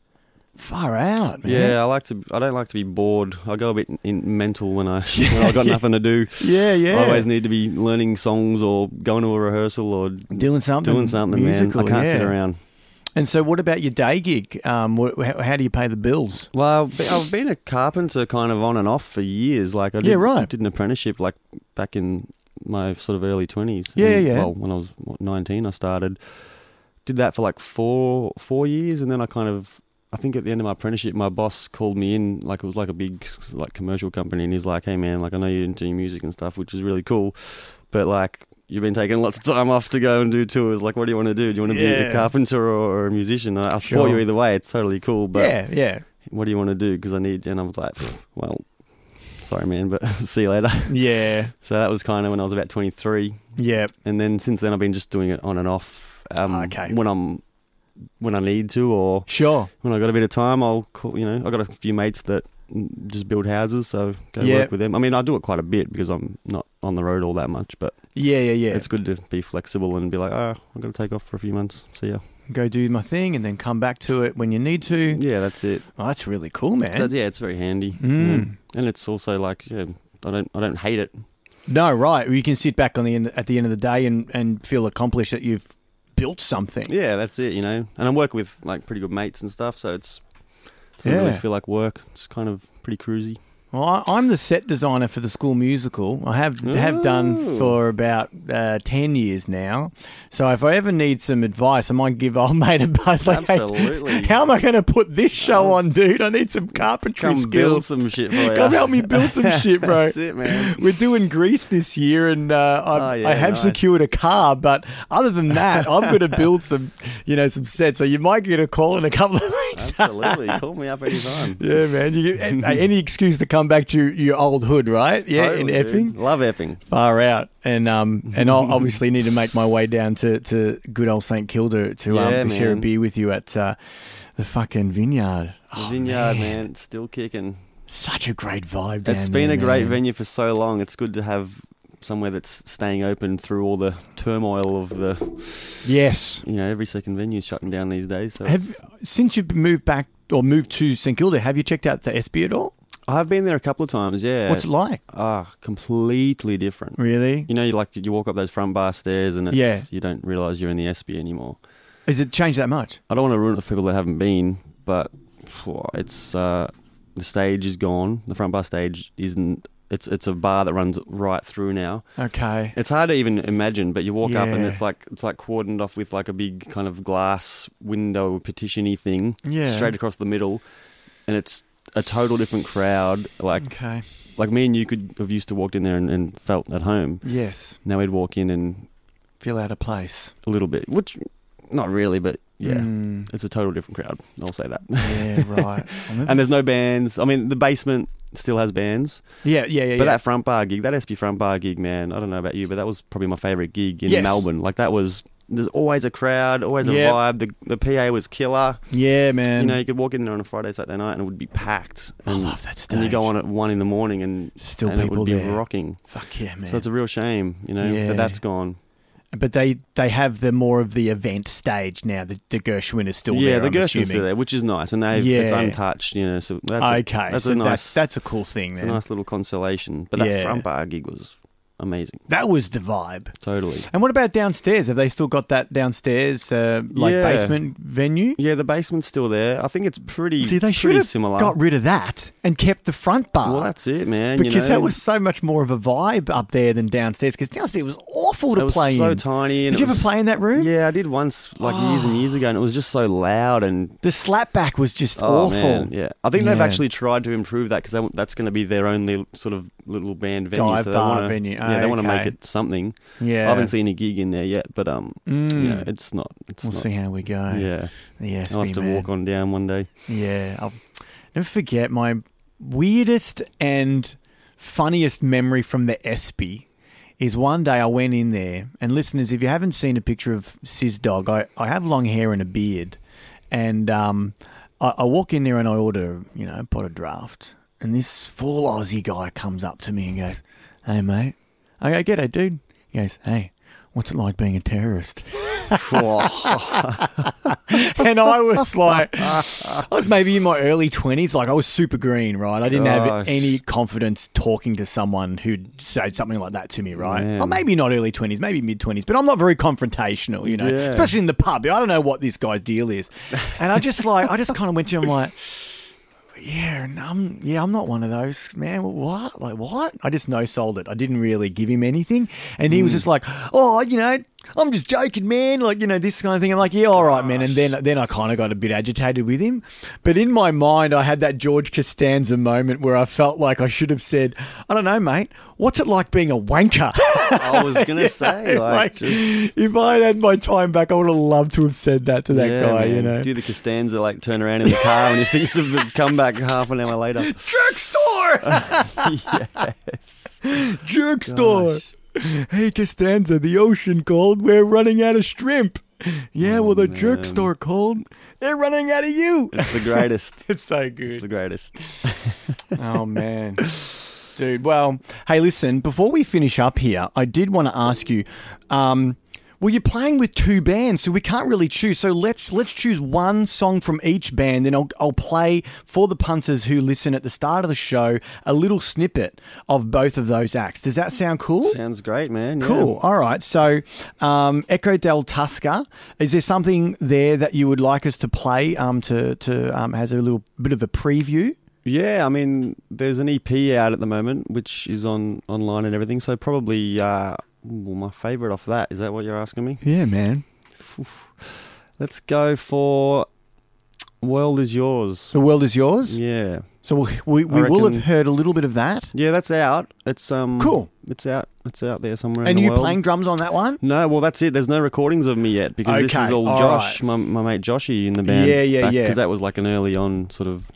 Speaker 3: Far out, man.
Speaker 10: Yeah, I like to. I don't like to be bored. I go a bit in mental when I when I've got nothing to do.
Speaker 3: Yeah, yeah.
Speaker 10: I always need to be learning songs or going to a rehearsal or
Speaker 3: doing something,
Speaker 10: doing something.
Speaker 3: musical,
Speaker 10: man, I can't sit
Speaker 3: yeah.
Speaker 10: around.
Speaker 3: And so, what about your day gig? Um, wh- how, how do you pay the bills?
Speaker 10: Well, But I've been a carpenter kind of on and off for years. Like I did,
Speaker 3: Yeah, right.
Speaker 10: did an apprenticeship like back in my sort of early twenties.
Speaker 3: Yeah, yeah.
Speaker 10: Well, when I was what, nineteen, I started. Did that for like four four years, and then I kind of. I think at the end of my apprenticeship, my boss called me in, like it was like a big, like commercial company, and he's like, "Hey man, like I know you're into your music and stuff, which is really cool, but like you've been taking lots of time off to go and do tours. Like, what do you want to do? Do you want to be
Speaker 3: Yeah.
Speaker 10: a carpenter or a musician? I, I
Speaker 3: Sure.
Speaker 10: support you either way. It's totally cool, but
Speaker 3: Yeah, yeah.
Speaker 10: what do you want to do? Because I need, and I was like, "Pff, well, sorry, man, but see you later.
Speaker 3: Yeah.
Speaker 10: So that was kind of when I was about 23.
Speaker 3: Yeah.
Speaker 10: And then since then, I've been just doing it on and off. Um, okay. When I'm when I need to, or
Speaker 3: sure,
Speaker 10: when I got a bit of time, I'll call. You know, I got a few mates that just build houses, so go
Speaker 3: Yeah.
Speaker 10: work with them. I mean, I do it quite a bit because I'm not on the road all that much, but
Speaker 3: Yeah, yeah, yeah.
Speaker 10: It's good to be flexible and be like, oh, I'm gonna take off for a few months. See ya.
Speaker 3: Go do my thing and then come back to it when you need to.
Speaker 10: Yeah, that's it.
Speaker 3: Oh, that's really cool, man.
Speaker 10: So, yeah, it's very handy.
Speaker 3: Mm.
Speaker 10: Yeah. And it's also like, yeah, I don't, I don't hate it.
Speaker 3: No, right. You can sit back on the end, at the end of the day and, and feel accomplished that you've built something.
Speaker 10: Yeah, that's it. You know, and I work with like pretty good mates and stuff, so it's doesn't
Speaker 3: Yeah.
Speaker 10: really feel like work. It's kind of pretty cruisy.
Speaker 3: Well, I, I'm the set designer for the school musical. I have have done
Speaker 10: Ooh.
Speaker 3: for about uh, ten years now. So if I ever need some advice, I might give old mate a buzz. Like, hey,
Speaker 10: Absolutely.
Speaker 3: how am I going to put this show on, dude? I need some carpentry
Speaker 10: Come build
Speaker 3: skills.
Speaker 10: some shit for ya.
Speaker 3: Come help me build some shit, bro.
Speaker 10: That's it, man.
Speaker 3: We're doing Greece this year, and uh, I,
Speaker 10: Oh, yeah,
Speaker 3: I have
Speaker 10: nice.
Speaker 3: secured a car. But other than that, I'm going to build some, you know, some sets. So you might get a call in a couple of weeks.
Speaker 10: Absolutely. Call me up anytime.
Speaker 3: Yeah, man. You get, a- any excuse to come back to your, your old hood, right? Yeah,
Speaker 10: Totally,
Speaker 3: in
Speaker 10: dude.
Speaker 3: Epping.
Speaker 10: Love Epping.
Speaker 3: Far out, and um, and I obviously need to make my way down to, to good old St Kilda to um
Speaker 10: Yeah,
Speaker 3: to share a
Speaker 10: man.
Speaker 3: beer with you at uh, the fucking vineyard. Oh,
Speaker 10: The vineyard, man. it's still kicking.
Speaker 3: Such a great vibe.
Speaker 10: It's
Speaker 3: down
Speaker 10: been
Speaker 3: there,
Speaker 10: a great
Speaker 3: man.
Speaker 10: venue for so long. It's good to have somewhere that's staying open through all the turmoil of the.
Speaker 3: Yes.
Speaker 10: You know, every second venue's shutting down these days. So
Speaker 3: Have
Speaker 10: it's-
Speaker 3: since you've moved back or moved to St Kilda, have you checked out the SB at all?
Speaker 10: I've been there a couple of times. Yeah.
Speaker 3: What's it like?
Speaker 10: Ah, completely different.
Speaker 3: Really?
Speaker 10: You know, you like you walk up those front bar stairs and it's,
Speaker 3: Yeah.
Speaker 10: you don't realise you're in the SB anymore.
Speaker 3: Has it changed that much?
Speaker 10: I don't want to ruin it for people that haven't been, but phew, it's uh, the stage is gone. The front bar stage isn't. It's it's a bar that runs right through now.
Speaker 3: Okay.
Speaker 10: It's hard to even imagine, but you walk up and
Speaker 3: Yeah.
Speaker 10: it's like it's like cordoned off with like a big kind of glass window petitiony thing,
Speaker 3: Yeah.
Speaker 10: straight across the middle, and it's a total different crowd. Like
Speaker 3: Okay.
Speaker 10: like me and you could have used to walked in there and, and felt at home.
Speaker 3: Yes.
Speaker 10: Now we'd walk in and
Speaker 3: Feel out of place
Speaker 10: a little bit, which not really, but yeah,
Speaker 3: Mm.
Speaker 10: it's a total different crowd. I'll say that.
Speaker 3: Yeah, right. I'll never-
Speaker 10: and there's no bands. I mean, the basement still has bands.
Speaker 3: Yeah, yeah, yeah, yeah.
Speaker 10: But that front bar gig, that SP front bar gig, man. I don't know about you, but that was probably my favorite gig in
Speaker 3: Yes.
Speaker 10: Melbourne. Like that was. There's always a crowd, always a
Speaker 3: Yep.
Speaker 10: vibe. The the PA was killer.
Speaker 3: Yeah, man.
Speaker 10: You know, you could walk in there on a Friday, Saturday night, and it would be packed. And, I love
Speaker 3: that
Speaker 10: And you go
Speaker 3: stage.
Speaker 10: on at one in the morning, and
Speaker 3: Still
Speaker 10: and it
Speaker 3: people
Speaker 10: would be
Speaker 3: there.
Speaker 10: rocking.
Speaker 3: Fuck yeah, man.
Speaker 10: So it's a real shame, you know,
Speaker 3: Yeah.
Speaker 10: that that's gone.
Speaker 3: But they they have the more of the event stage now. The, the Gershwin is still
Speaker 10: yeah,
Speaker 3: there.
Speaker 10: the
Speaker 3: I'm
Speaker 10: Gershwin's
Speaker 3: assuming.
Speaker 10: still there, which is nice, and they it's
Speaker 3: Yeah.
Speaker 10: untouched, you know. So that's a-
Speaker 3: Okay,
Speaker 10: that's
Speaker 3: so
Speaker 10: a
Speaker 3: that's-
Speaker 10: nice
Speaker 3: that's a cool thing
Speaker 10: It's
Speaker 3: then.
Speaker 10: a nice little consolation. But that
Speaker 3: Yeah.
Speaker 10: front bar gig was amazing.
Speaker 3: That was the vibe.
Speaker 10: Totally.
Speaker 3: And what about downstairs? Have they still got that downstairs uh, like
Speaker 10: Yeah.
Speaker 3: basement venue?
Speaker 10: Yeah, the basement's still there. I think it's pretty.
Speaker 3: See, they should
Speaker 10: pretty
Speaker 3: have
Speaker 10: similar.
Speaker 3: got rid of that and kept the front bar.
Speaker 10: Well, that's it, man. you
Speaker 3: because
Speaker 10: know?
Speaker 3: that was so much more of a vibe up there than downstairs. Because downstairs was awful to
Speaker 10: It was
Speaker 3: play
Speaker 10: so
Speaker 3: in.
Speaker 10: tiny. And
Speaker 3: Did you
Speaker 10: it
Speaker 3: ever
Speaker 10: was-
Speaker 3: play in that room?
Speaker 10: Yeah, I did once, like years and years ago, and it was just so loud and
Speaker 3: the slapback was just
Speaker 10: Oh,
Speaker 3: awful.
Speaker 10: man, yeah, I think they've
Speaker 3: Yeah.
Speaker 10: actually tried to improve that because that's going to be their only sort of little band venue.
Speaker 3: Dive
Speaker 10: so they
Speaker 3: bar
Speaker 10: wanna,
Speaker 3: venue.
Speaker 10: Yeah, they want to make
Speaker 3: Okay.
Speaker 10: it something.
Speaker 3: Yeah.
Speaker 10: I haven't seen a gig in there yet, but um,
Speaker 3: Mm.
Speaker 10: yeah, it's not. It's
Speaker 3: We'll
Speaker 10: not-
Speaker 3: see how we go.
Speaker 10: Yeah,
Speaker 3: The
Speaker 10: I'll
Speaker 3: SB
Speaker 10: have to
Speaker 3: man.
Speaker 10: walk on down one day.
Speaker 3: Yeah, I'll never forget my weirdest and funniest memory from the ESPY is one day I went in there and listeners, if you haven't seen a picture of Sizz Dog, I, I have long hair and a beard, and um, I, I walk in there and I order you know a pot of draft, and this full Aussie guy comes up to me and goes, "Hey mate," I go, "Get it, dude." He goes, "Hey." What's it like being a terrorist? and I was like, I was maybe in my early 20s. Like, I was super green, right? I didn't have
Speaker 10: Gosh.
Speaker 3: any confidence talking to someone who'd said something like that to me, right?
Speaker 10: Man.
Speaker 3: Or maybe not early 20s, maybe mid 20s, but I'm not very confrontational, you know,
Speaker 10: Yeah.
Speaker 3: especially in the pub. I don't know what this guy's deal is. And I just like, I just kind of went to him like, yeah, and I'm yeah, I'm not one of those, man. Well, What? Like what? I just no sold it. I didn't really give him anything, and he was
Speaker 10: Hmm.
Speaker 3: just like, "Oh, you know, I'm just joking, man." Like you know, this kind of thing. I'm like, "Yeah, all right, man." And then then I kind of got a bit agitated with him, but in my mind, I had that George Costanza moment where I felt like I should have said, "I don't know, mate. What's it like being a wanker?"
Speaker 10: I was gonna
Speaker 3: You
Speaker 10: say, like, just-
Speaker 3: if I had had my time back, I would have loved to have said that to that
Speaker 10: Yeah,
Speaker 3: guy.
Speaker 10: man.
Speaker 3: You know,
Speaker 10: do the Costanza like turn around in the car when he thinks of the comeback half an hour later.
Speaker 3: trickster.
Speaker 10: yes.
Speaker 3: Jerk store. Hey, Costanza, the ocean cold. We're running out of shrimp. Yeah, well, the jerk
Speaker 10: Oh, man.
Speaker 3: store cold. They're running out of you.
Speaker 10: It's the greatest.
Speaker 3: it's so good.
Speaker 10: It's the greatest.
Speaker 3: oh man dude well hey listen before we finish up here i did want to ask you um well you're playing with two bands so we can't really choose so let's let's choose one song from each band and i'll, I'll play for the punters who listen at the start of the show a little snippet of both of those acts does that sound cool
Speaker 10: Sounds great, man. yeah.
Speaker 3: Cool. All right. So, um, Echo del Tusca. Is there something there that you would like us to play? Um, to to um, has a little bit of a preview.
Speaker 10: Yeah, I mean, there's an EP out at the moment, which is on online and everything. So probably, uh, well, my favorite off that is that what you're asking me?
Speaker 3: Yeah, man.
Speaker 10: Let's go for "World Is Yours."
Speaker 3: The world is yours.
Speaker 10: Yeah,
Speaker 3: So we we, we
Speaker 10: I
Speaker 3: will have
Speaker 10: reckon-
Speaker 3: heard a little bit of that.
Speaker 10: yeah, that's out. It's um
Speaker 3: Cool.
Speaker 10: It's out. It's out there somewhere.
Speaker 3: and are
Speaker 10: in the
Speaker 3: you
Speaker 10: world.
Speaker 3: playing drums on that one?
Speaker 10: No, well, that's it. There's no recordings of me yet because this
Speaker 3: Okay,
Speaker 10: is all
Speaker 3: all
Speaker 10: Josh, my, my mate Joshy in the band.
Speaker 3: Yeah, yeah, yeah.
Speaker 10: Because that was like an early on sort of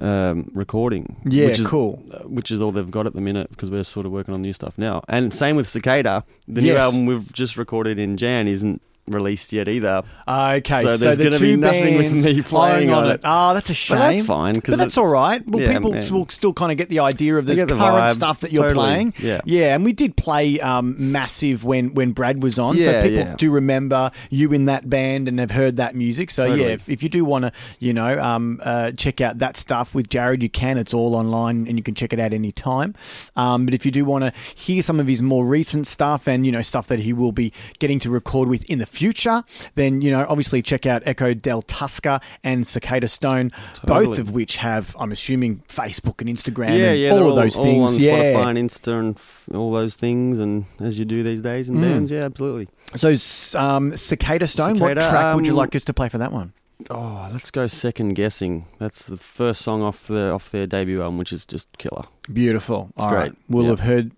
Speaker 10: um, recording.
Speaker 3: Yeah,
Speaker 10: which is,
Speaker 3: cool.
Speaker 10: Which is all they've got at the minute because we're sort of working on new stuff now. And same with Cicada. The new
Speaker 3: Yes.
Speaker 10: album we've just recorded in Jan isn't released yet either.
Speaker 3: Okay,
Speaker 10: So
Speaker 3: so,
Speaker 10: there's
Speaker 3: the
Speaker 10: gonna
Speaker 3: two
Speaker 10: be nothing with
Speaker 3: bands
Speaker 10: me playing
Speaker 3: on
Speaker 10: on
Speaker 3: it.
Speaker 10: it.
Speaker 3: Ah, that's a shame.
Speaker 10: But that's fine, 'cause
Speaker 3: But that's
Speaker 10: it-
Speaker 3: all right. Well,
Speaker 10: Yeah,
Speaker 3: people
Speaker 10: man.
Speaker 3: will still kind of get the idea of the,
Speaker 10: They get the
Speaker 3: current
Speaker 10: vibe.
Speaker 3: stuff that you're
Speaker 10: Totally.
Speaker 3: playing.
Speaker 10: Yeah.
Speaker 3: yeah. And we did play um, massive when when Brad was on, so
Speaker 10: Yeah,
Speaker 3: people
Speaker 10: yeah.
Speaker 3: do remember you in that band and have heard that music. So yeah,
Speaker 10: Totally.
Speaker 3: if, if you do want to, you know, um, uh, check out that stuff with Jared, you can. It's all online and you can check it out any time. Um, but if you do want to hear some of his more recent stuff and you know stuff that he will be getting to record with in the future, then you know obviously check out Echo Del Tusca and Cicada Stone, both
Speaker 10: Totally.
Speaker 3: of which have, I'm assuming, Facebook and Instagram.
Speaker 10: yeah,
Speaker 3: and
Speaker 10: yeah,
Speaker 3: all
Speaker 10: they're
Speaker 3: of those
Speaker 10: all
Speaker 3: things.
Speaker 10: on
Speaker 3: yeah.
Speaker 10: Spotify and Insta and f- all those things, and as you do these days in
Speaker 3: Mm.
Speaker 10: bands, yeah, absolutely.
Speaker 3: So s- um, Cicada Stone, what
Speaker 10: Cicada,
Speaker 3: track would you
Speaker 10: um,
Speaker 3: like us to play for that one?
Speaker 10: Oh, let's go second guessing. That's the first song off the off their debut album, which is just killer.
Speaker 3: Beautiful. All
Speaker 10: great.
Speaker 3: right. We'll
Speaker 10: Yeah.
Speaker 3: have heard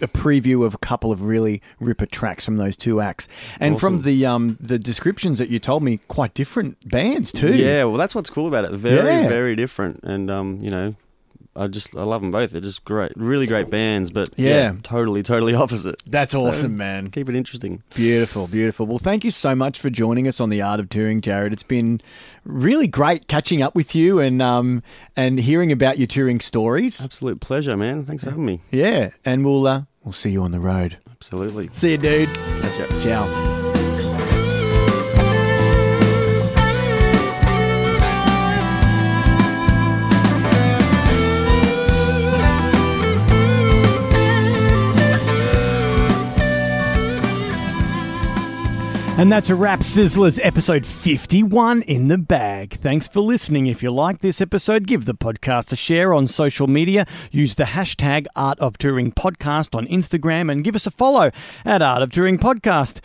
Speaker 3: a preview of a couple of really ripper tracks from those two acts, and from
Speaker 10: Awesome.
Speaker 3: the um, the descriptions that you told me, quite different bands too.
Speaker 10: Yeah, well, that's what's cool about it. Very,
Speaker 3: Yeah.
Speaker 10: very different, and um, you know, I just I love them both. They're just great, really great bands, but
Speaker 3: Yeah.
Speaker 10: totally, totally opposite.
Speaker 3: That's
Speaker 10: So,
Speaker 3: awesome, man.
Speaker 10: Keep it interesting.
Speaker 3: Beautiful, beautiful. Well, thank you so much for joining us on the Art of Touring, Jared. It's been really great catching up with you and um, and hearing about your touring stories.
Speaker 10: Absolute pleasure, man. Thanks for having me.
Speaker 3: Yeah, and we'll uh, we'll see you on the road.
Speaker 10: Absolutely.
Speaker 3: See you, dude.
Speaker 10: Catch ya.
Speaker 3: Ciao. And that's a wrap, Sizzlers, episode 51 in the bag. Thanks for listening. If you like this episode, give the podcast a share on social media. Use the hashtag Art of Touring Podcast on Instagram and give us a follow at Art of Touring Podcast.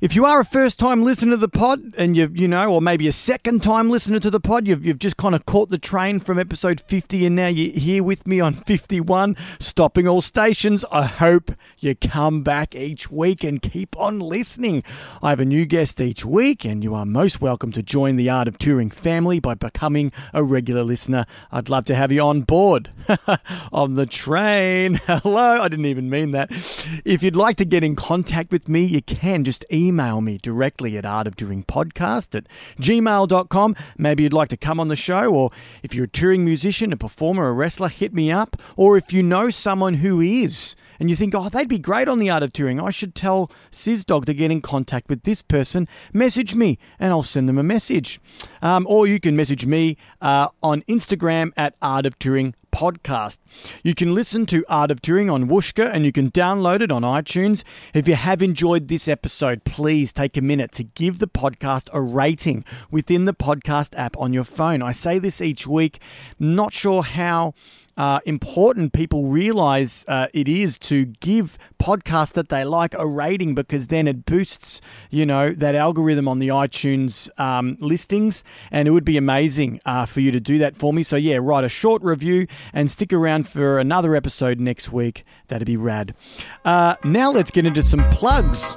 Speaker 3: If you are a first time listener to the pod and you you know, or maybe a second time listener to the pod, you've, you've just kind of caught the train from episode 50 and now you're here with me on 51, stopping all stations. I hope you come back each week and keep on listening. I have a new guest each week and you are most welcome to join the Art of Touring family by becoming a regular listener. I'd love to have you on board on the train. Hello, I didn't even mean that. If you'd like to get in contact with me, you can just email me directly at artofdoingpodcast at gmail.com. Maybe you'd like to come on the show, or if you're a touring musician, a performer, a wrestler, hit me up. Or if you know someone who is and you think, oh, they'd be great on the art of touring. I should tell SizDog to get in contact with this person. Message me, and I'll send them a message. Um, or you can message me uh, on Instagram at Art of Touring Podcast. You can listen to Art of Touring on Wooshka, and you can download it on iTunes. If you have enjoyed this episode, please take a minute to give the podcast a rating within the podcast app on your phone. I say this each week. Not sure how uh, important people realize uh, it is to give podcasts that they like a rating because then it boosts, you know, that algorithm on the iTunes um, listings. And it would be amazing uh, for you to do that for me. So, yeah, write a short review and stick around for another episode next week. That'd be rad. Uh, now, let's get into some plugs.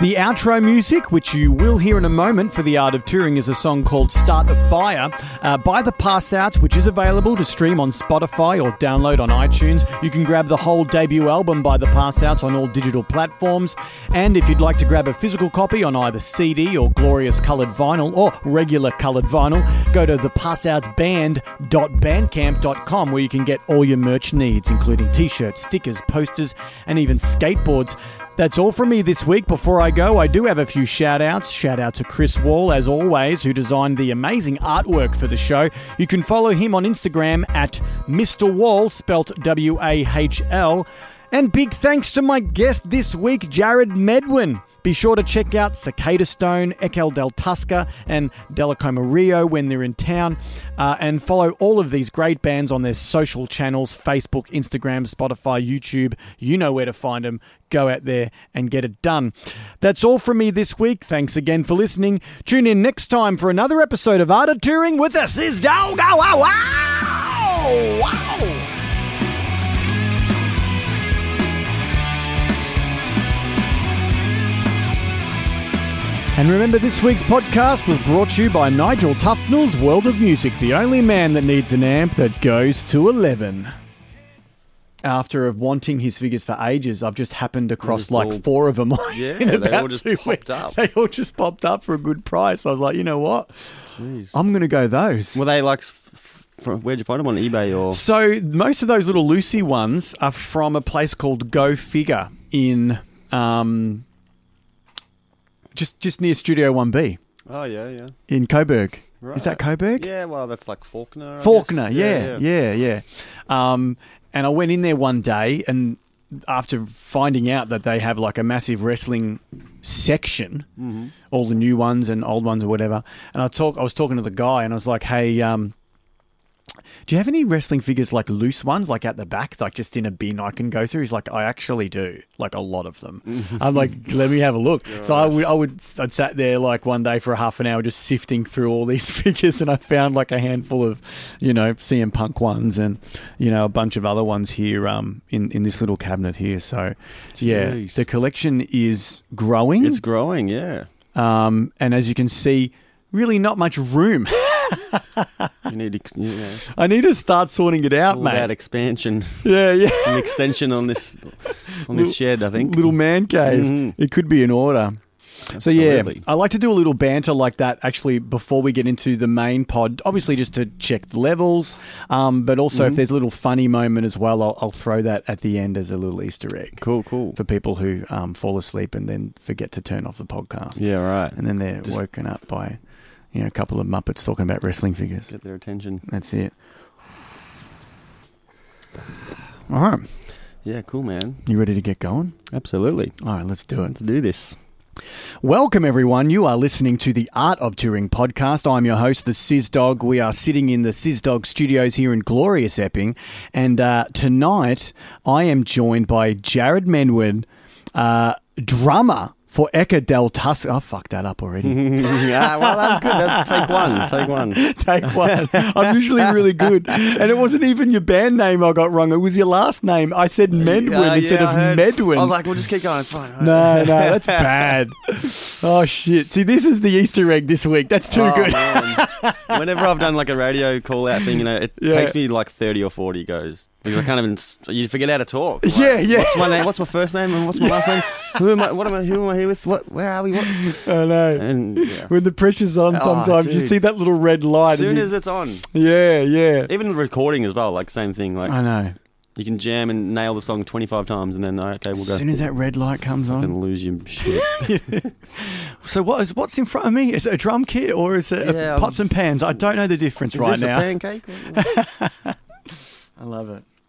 Speaker 3: The outro music, which you will hear in a moment for The Art of Touring, is a song called Start a Fire uh, by The Passouts, which is available to stream on Spotify or download on iTunes. You can grab the whole debut album by The Passouts on all digital platforms. And if you'd like to grab a physical copy on either CD or glorious coloured vinyl or regular coloured vinyl, go to thepassoutband.bandcamp.com where you can get all your merch needs, including t shirts, stickers, posters, and even skateboards. That's all from me this week. Before I go, I do have a few shout outs. Shout out to Chris Wall, as always, who designed the amazing artwork for the show. You can follow him on Instagram at Mr. Wall, spelt W A H L. And big thanks to my guest this week, Jared Medwin. Be sure to check out Cicada Stone, Ekel del Tusca, and Delacoma Rio when they're in town, uh, and follow all of these great bands on their social channels Facebook, Instagram, Spotify, YouTube. You know where to find them. Go out there and get it done. That's all from me this week. Thanks again for listening. Tune in next time for another episode of Art of Touring with us is Dog. Wow, wow, wow! Wow! And remember, this week's podcast was brought to you by Nigel Tufnell's World of Music, the only man that needs an amp that goes to 11. After wanting his figures for ages, I've just happened across
Speaker 10: just
Speaker 3: like
Speaker 10: all-
Speaker 3: four of them
Speaker 10: Yeah,
Speaker 3: in
Speaker 10: they
Speaker 3: about
Speaker 10: all just
Speaker 3: two
Speaker 10: popped
Speaker 3: weeks.
Speaker 10: up.
Speaker 3: They all just popped up for a good price. I was like, you know what? I'm going to go those.
Speaker 10: Were they like, f- f- from, where'd you find them on eBay or?
Speaker 3: So most of those little Lucy ones are from a place called Go Figure in um, just just near Studio One B
Speaker 10: Oh yeah, yeah.
Speaker 3: in Coburg. Is that
Speaker 10: Right.
Speaker 3: Coburg?
Speaker 10: Yeah, well, that's like Faulkner. I guess.
Speaker 3: Faulkner, yeah, yeah, yeah. Um, and I went in there one day, and after finding out that they have like a massive wrestling section,
Speaker 10: Mm.
Speaker 9: Mhm.
Speaker 3: all the new ones and old ones or whatever, and I talk, I was talking to the guy, and I was like, "Hey, um, do you have any wrestling figures like loose ones, like at the back, like just in a bin I can go through?" He's like, "I actually do, like a lot of them." I'm like, "Let me have a look." so I would, I would, I'd sat there like one day for a half an hour just sifting through all these figures, and I found like a handful of, you know, CM Punk ones, and you know, a bunch of other ones here, um, in in this little cabinet here. So, yeah,
Speaker 10: Jeez.
Speaker 3: the collection is growing.
Speaker 10: It's growing, yeah.
Speaker 3: Um, and as you can see, really not much room.
Speaker 10: You need, ex- you know,
Speaker 3: I need to start sorting it out,
Speaker 10: all
Speaker 3: mate.
Speaker 10: about expansion.
Speaker 3: Yeah, yeah.
Speaker 10: An extension on this, on
Speaker 3: Little-
Speaker 10: this shed, I think.
Speaker 3: Little man cave.
Speaker 10: Mhm.
Speaker 3: It could be in order. So yeah,
Speaker 10: Absolutely.
Speaker 3: I like to do a little banter like that actually before we get into the main pod. Obviously, just to check the levels, um, but also if
Speaker 10: Mhm.
Speaker 3: there's a little funny moment as well, I'll, I'll throw that at the end as a little Easter egg.
Speaker 10: Cool, cool.
Speaker 3: For people who um, fall asleep and then forget to turn off the podcast.
Speaker 10: Yeah, right.
Speaker 3: And then they're
Speaker 10: Just-
Speaker 3: woken up by you know a couple of muppets talking about wrestling figures.
Speaker 10: Get their attention.
Speaker 3: That's it. All right.
Speaker 10: Yeah, cool, man.
Speaker 3: You ready to get going?
Speaker 10: Absolutely.
Speaker 3: All right, let's do it. Let's
Speaker 10: do this.
Speaker 3: Welcome, everyone. You are listening to the Art of Touring podcast. I'm your host, the Sizz Dog. We are sitting in the Sizz Dog studios here in glorious Epping. And uh, tonight, I am joined by Jared Menwood, uh, drummer for Eka Del Tusca. I fucked that up already.
Speaker 10: yeah, well, that's good. That's take one. Take one.
Speaker 3: Take one. I'm usually really good. And it wasn't even your band name I got wrong. It was your last name. I said Medwin
Speaker 10: Uh, yeah,
Speaker 3: instead
Speaker 10: I
Speaker 3: of
Speaker 10: heard-
Speaker 3: Medwin.
Speaker 10: I was like, we'll just keep going. It's fine.
Speaker 3: No, no, that's bad. Oh shit! See, this is the Easter egg this week. That's too
Speaker 10: Oh,
Speaker 3: good.
Speaker 10: man. Whenever I've done like a radio call out thing, you know, it
Speaker 3: Yeah.
Speaker 10: takes me like 30 or 40 goes because I can't even, s- you forget how to talk. Like,
Speaker 3: Yeah, yeah.
Speaker 10: What's my name? What's my first name? And what's my last name? Who am I? What am I? Who am I here with? What? Where are we? What?
Speaker 3: I know.
Speaker 10: And yeah.
Speaker 3: When the pressure's on,
Speaker 10: Oh,
Speaker 3: sometimes you
Speaker 10: dude.
Speaker 3: see that little red light.
Speaker 10: As soon
Speaker 3: and you-
Speaker 10: as it's on.
Speaker 3: yeah, yeah.
Speaker 10: Even recording as well, like same thing. Like
Speaker 3: I know.
Speaker 10: You can jam and nail the song 25 times and then, okay, we'll
Speaker 3: As
Speaker 10: go.
Speaker 3: soon as that red light comes on.
Speaker 10: Fucking lose your shit.
Speaker 3: So what is what's in front of me? Is it a drum kit or is it a
Speaker 10: Yeah,
Speaker 3: pots and pans? I don't know the difference
Speaker 10: Is
Speaker 3: right
Speaker 10: this a
Speaker 3: now.
Speaker 10: pancake?
Speaker 3: I love it.